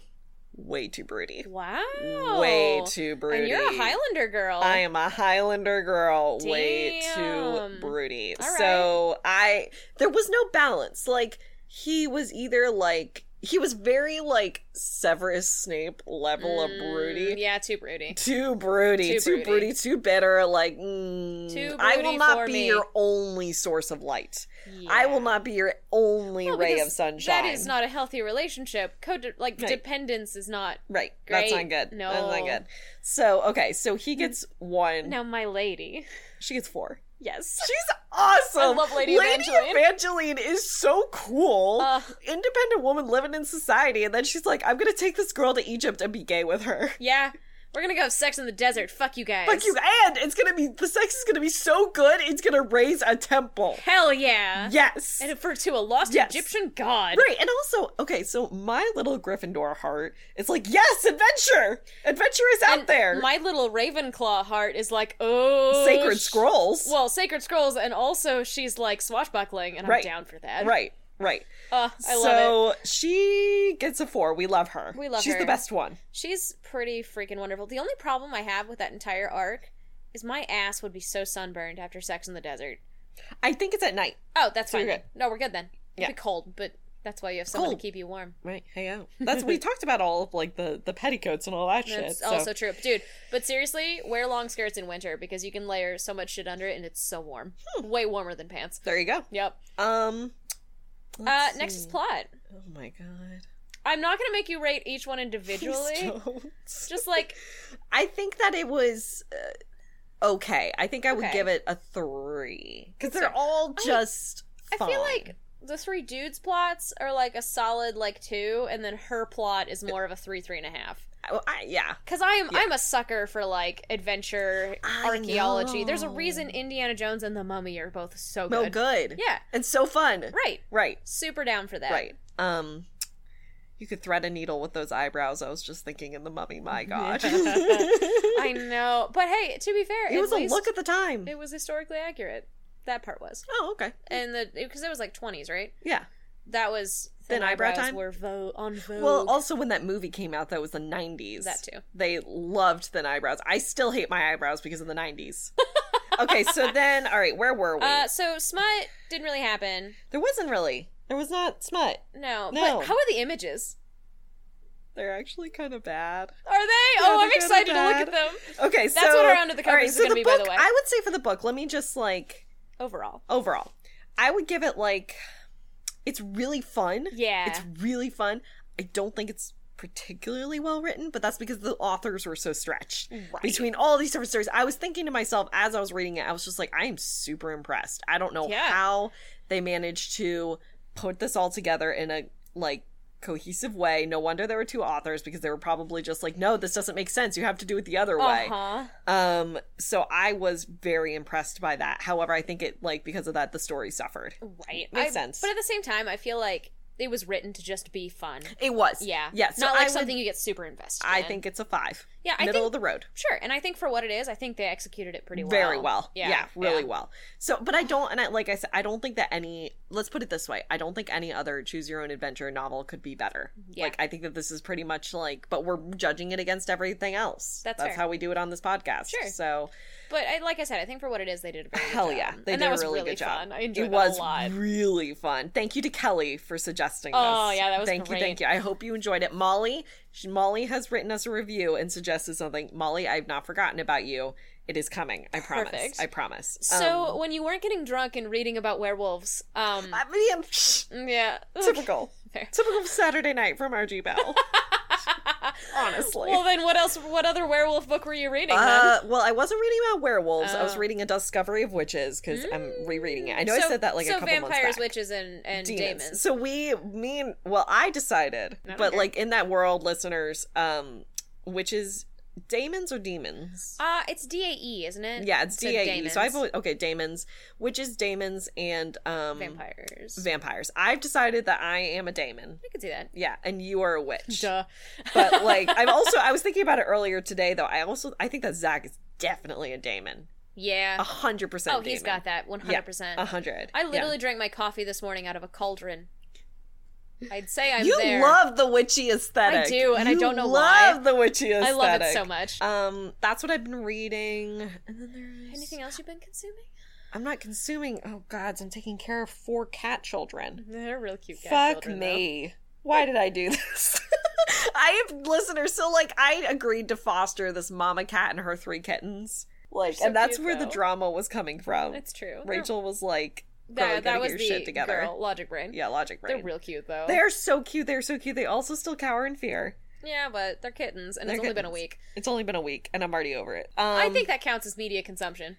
S3: way too broody.
S1: Wow,
S3: Way too broody.
S1: And you're a Highlander girl.
S3: I am a Highlander girl. Way too
S1: Oh. Damn.
S3: broody.
S1: All
S3: So I there was no balance. Like he was either like he was very like Severus Snape level of broody.
S1: Mm, Yeah, too broody.
S3: Too broody, too,
S1: Too
S3: broody.
S1: broody.
S3: too bitter. Like, mm,
S1: Too
S3: I will
S1: broody
S3: not
S1: for
S3: be
S1: me.
S3: your only source of light. I will not be your only
S1: Well,
S3: ray
S1: because
S3: of sunshine.
S1: That is not a healthy relationship. Code like
S3: Right.
S1: dependence is not.
S3: right. That's
S1: great.
S3: not good.
S1: No.
S3: that's not good. So okay, so he gets one.
S1: Now, my lady.
S3: She gets four.
S1: Yes.
S3: She's
S1: <laughs>
S3: awesome.
S1: I love Lady Evangeline.
S3: Evangeline is so cool.
S1: Uh.
S3: Independent woman living in society, and then she's like, "I'm gonna take this girl to Egypt and be gay with her." <laughs>
S1: Yeah, we're gonna go have sex in the desert. Fuck you guys.
S3: Like you, and it's gonna be the sex is gonna be so good, it's gonna raise a temple.
S1: Hell yeah.
S3: Yes.
S1: And for to a lost
S3: Yes.
S1: Egyptian god.
S3: Right, and also, okay, so my little Gryffindor heart is like, yes, adventure! Adventure is out
S1: And
S3: there!
S1: My little Ravenclaw heart is like, oh,
S3: Sacred
S1: sh-
S3: Scrolls!
S1: Well, sacred scrolls, and also she's like swashbuckling, and
S3: Right.
S1: I'm down for that.
S3: right, right.
S1: Uh, I love it.
S3: so she gets a four. We love her.
S1: We love
S3: She's the
S1: her.
S3: best one.
S1: She's pretty freaking wonderful. The only problem I have with that entire arc is my ass would be so sunburned after sex in the desert.
S3: I think it's at night.
S1: Oh, that's fine.
S3: you're
S1: then. No, we're good then.
S3: Yeah.
S1: It'd be cold, but that's why you have someone
S3: Cold.
S1: to keep you warm.
S3: Right,
S1: <laughs>
S3: hey out. That's we talked about all of like the the petticoats and all that shit.
S1: That's
S3: so-
S1: also true. Dude, but seriously, wear long skirts in winter because you can layer so much shit under it and it's so warm.
S3: Hmm.
S1: Way warmer than pants.
S3: there you go.
S1: Yep.
S3: Um
S1: Uh,
S3: let's
S1: next
S3: see.
S1: is plot.
S3: Oh my god.
S1: I'm not going to make you rate each one
S3: <laughs> Please
S1: individually.
S3: don't.
S1: Just like,
S3: I think that it was uh, okay. I think I would
S1: Okay.
S3: give it a three because they're
S1: So,
S3: all
S1: I-
S3: just.
S1: I feel
S3: fine.
S1: like the three dudes plots are like a solid like two, and then her plot is more of a three, three and a half.
S3: I, I, yeah.
S1: Because I'm I'm a sucker for like adventure
S3: I
S1: archaeology. There's a
S3: know.
S1: reason Indiana Jones and the Mummy are both so
S3: No
S1: good.
S3: good.
S1: Yeah.
S3: And so fun.
S1: Right.
S3: Right.
S1: Super down for that.
S3: Right. Um you could thread a needle with those eyebrows. I was just thinking in the mummy,
S1: <laughs>
S3: my <laughs> god. it
S1: I know. But hey, to be fair, at
S3: was a
S1: least
S3: look at the time.
S1: it was historically accurate. That part was.
S3: Oh, okay.
S1: And the because it was like 20s, right?
S3: Yeah.
S1: That was
S3: Thin eyebrow
S1: eyebrows
S3: time?
S1: were vo- on vogue.
S3: Well, also when that movie came out, that was the '90s.
S1: That too.
S3: They loved thin eyebrows. I still hate my eyebrows because of
S1: <laughs>
S3: the '90s. okay, so then, all right, where were we?
S1: uh, so smut didn't really happen.
S3: there wasn't really. There was not smut.
S1: No.
S3: No.
S1: But how are the images?
S3: They're actually kind of bad.
S1: Are they?
S3: Yeah,
S1: oh,
S3: they're
S1: I'm
S3: kinda
S1: excited to look at
S3: bad.
S1: them.
S3: Okay, so
S1: what our Under the
S3: all
S1: Covers is gonna be, by
S3: book,
S1: the way.
S3: I would say for the book, let me just like
S1: Overall.
S3: overall, I would give it like it's really fun.
S1: Yeah.
S3: It's really fun. I don't think it's particularly well written, but that's because the authors were so stretched between all these different stories. I was thinking to myself as I was reading it, I was just like, I am super impressed. I don't know
S1: Yeah.
S3: how they managed to put this all together in a like cohesive way. No wonder there were two authors because they were probably just like, no, this doesn't make sense. You have to do it the other way.
S1: Uh-huh.
S3: Um, so I was very impressed by that. However, I think it like because of that the story suffered.
S1: Right.
S3: Makes
S1: I-
S3: sense.
S1: But at the same time, I feel like it was written to just be fun.
S3: It was.
S1: Yeah.
S3: Yeah. So
S1: Not
S3: I
S1: like
S3: would-
S1: something you get super invested
S3: I
S1: in.
S3: think it's a five.
S1: Yeah, I
S3: Middle
S1: think-
S3: of the road.
S1: Sure. And I think for what it is, I think they executed it pretty well.
S3: Very well. Yeah. really
S1: yeah.
S3: well. So but I don't and I like I said, I don't think that any let's put it this way. I don't think any other choose your own adventure novel could be better.
S1: Yeah.
S3: Like I think that this is pretty much like but we're judging it against everything else.
S1: That's fair.
S3: how we do it on this podcast.
S1: Sure.
S3: So
S1: But I, like I said, I think for what it is, they did a very good
S3: hell
S1: job.
S3: yeah. They
S1: and
S3: did
S1: that was
S3: a really, good job.
S1: fun. I enjoyed
S3: it
S1: that
S3: was
S1: a lot.
S3: really fun. Thank you to Kelly for suggesting
S1: Oh,
S3: this.
S1: yeah, that was
S3: Thank you,
S1: great.
S3: thank you. I hope you enjoyed it. Molly she, Molly has written us a review and suggested something. Molly, I've not forgotten about you. It is coming. I promise.
S1: Perfect.
S3: I promise. Um,
S1: So when you weren't getting drunk and reading about werewolves, um, mm,
S3: I mean, <laughs>
S1: yeah, <laughs>
S3: typical.
S1: Fair.
S3: Typical Saturday night from
S1: <laughs>
S3: RG Bell. Honestly.
S1: Well, then what else? What other werewolf book were you reading? then?
S3: uh, well, I wasn't reading about werewolves. I was reading A Discovery of Witches because I'm rereading it. I know I said that like
S1: Mm. so
S3: a couple
S1: vampires,
S3: months back.
S1: witches, and and
S3: demons.
S1: demons.
S3: So we mean well, I decided, but
S1: care.
S3: like in that world, listeners, um, which is daemons or demons?
S1: Uh, it's D A E, isn't it?
S3: yeah, it's
S1: So
S3: D A E.
S1: demons,
S3: So I've always, okay, daemons, witches, daemons, and um
S1: vampires.
S3: vampires. I've decided that I am a daemon.
S1: I could see that.
S3: Yeah, and you are a witch.
S1: Duh. <laughs>
S3: But like, I'm also I was thinking about it earlier today though. I also I think that Zach is definitely a daemon, a
S1: Yeah.
S3: hundred percent.
S1: Oh, he's got that one hundred percent.
S3: a hundred.
S1: I
S3: Yeah.
S1: literally drank my coffee this morning out of a cauldron. I'd say I'm
S3: you
S1: there.
S3: love the witchy
S1: I
S3: aesthetic.
S1: do, and I
S3: You
S1: don't know
S3: love
S1: why.
S3: the witchy aesthetic.
S1: I love it so much.
S3: Um, that's what I've been reading. And then there's
S1: Anything else you've been consuming?
S3: I'm not consuming. Oh gods, I'm taking care of four cat children.
S1: <laughs> They're real cute. cat
S3: Fuck
S1: children, though.
S3: me. Why did I do this? <laughs> I have listeners, so like I agreed to foster this mama cat and her three kittens. Like,
S1: so
S3: and that's
S1: cute,
S3: where the
S1: though.
S3: drama was coming from.
S1: That's true. They're-
S3: Rachel was like, "Girl, you
S1: that,
S3: gotta
S1: that
S3: get
S1: was
S3: your
S1: the
S3: shit together."
S1: girl logic brain.
S3: Yeah, logic brain.
S1: They're real cute though.
S3: They're so cute. They're so cute. They also still cower in fear.
S1: yeah, but they're kittens, and
S3: They're
S1: it's only been a
S3: kittens.
S1: week.
S3: It's only been a week, and I'm already over it. Um,
S1: I think that counts as media consumption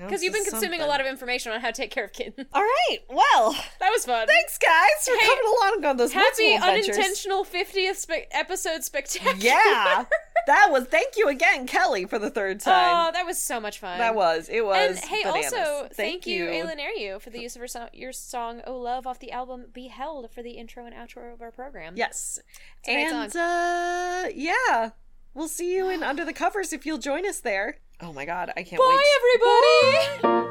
S1: because you've been consuming a lot of information on how to take care of kittens. <laughs>
S3: All right. Well,
S1: That was fun.
S3: thanks, guys, for coming along on those
S1: Happy
S3: multiple adventures.
S1: unintentional fiftieth spe- episode spectacular. <laughs>
S3: <laughs> Yeah, that was. Thank you again, Kelly, for the third time.
S1: Oh, that was so much fun.
S3: that was. It was.
S1: And hey,
S3: bananas.
S1: also thank, you, Aylin Aireu, for the use of her so- your song "Oh Love" off the album "Beheld" for the intro and outro of our program.
S3: Yes,
S1: a great
S3: and uh, yeah,
S1: <gasps>
S3: we'll see you in Under the Covers if you'll join us there. Oh my God, I can't wait.
S1: Bye, everybody.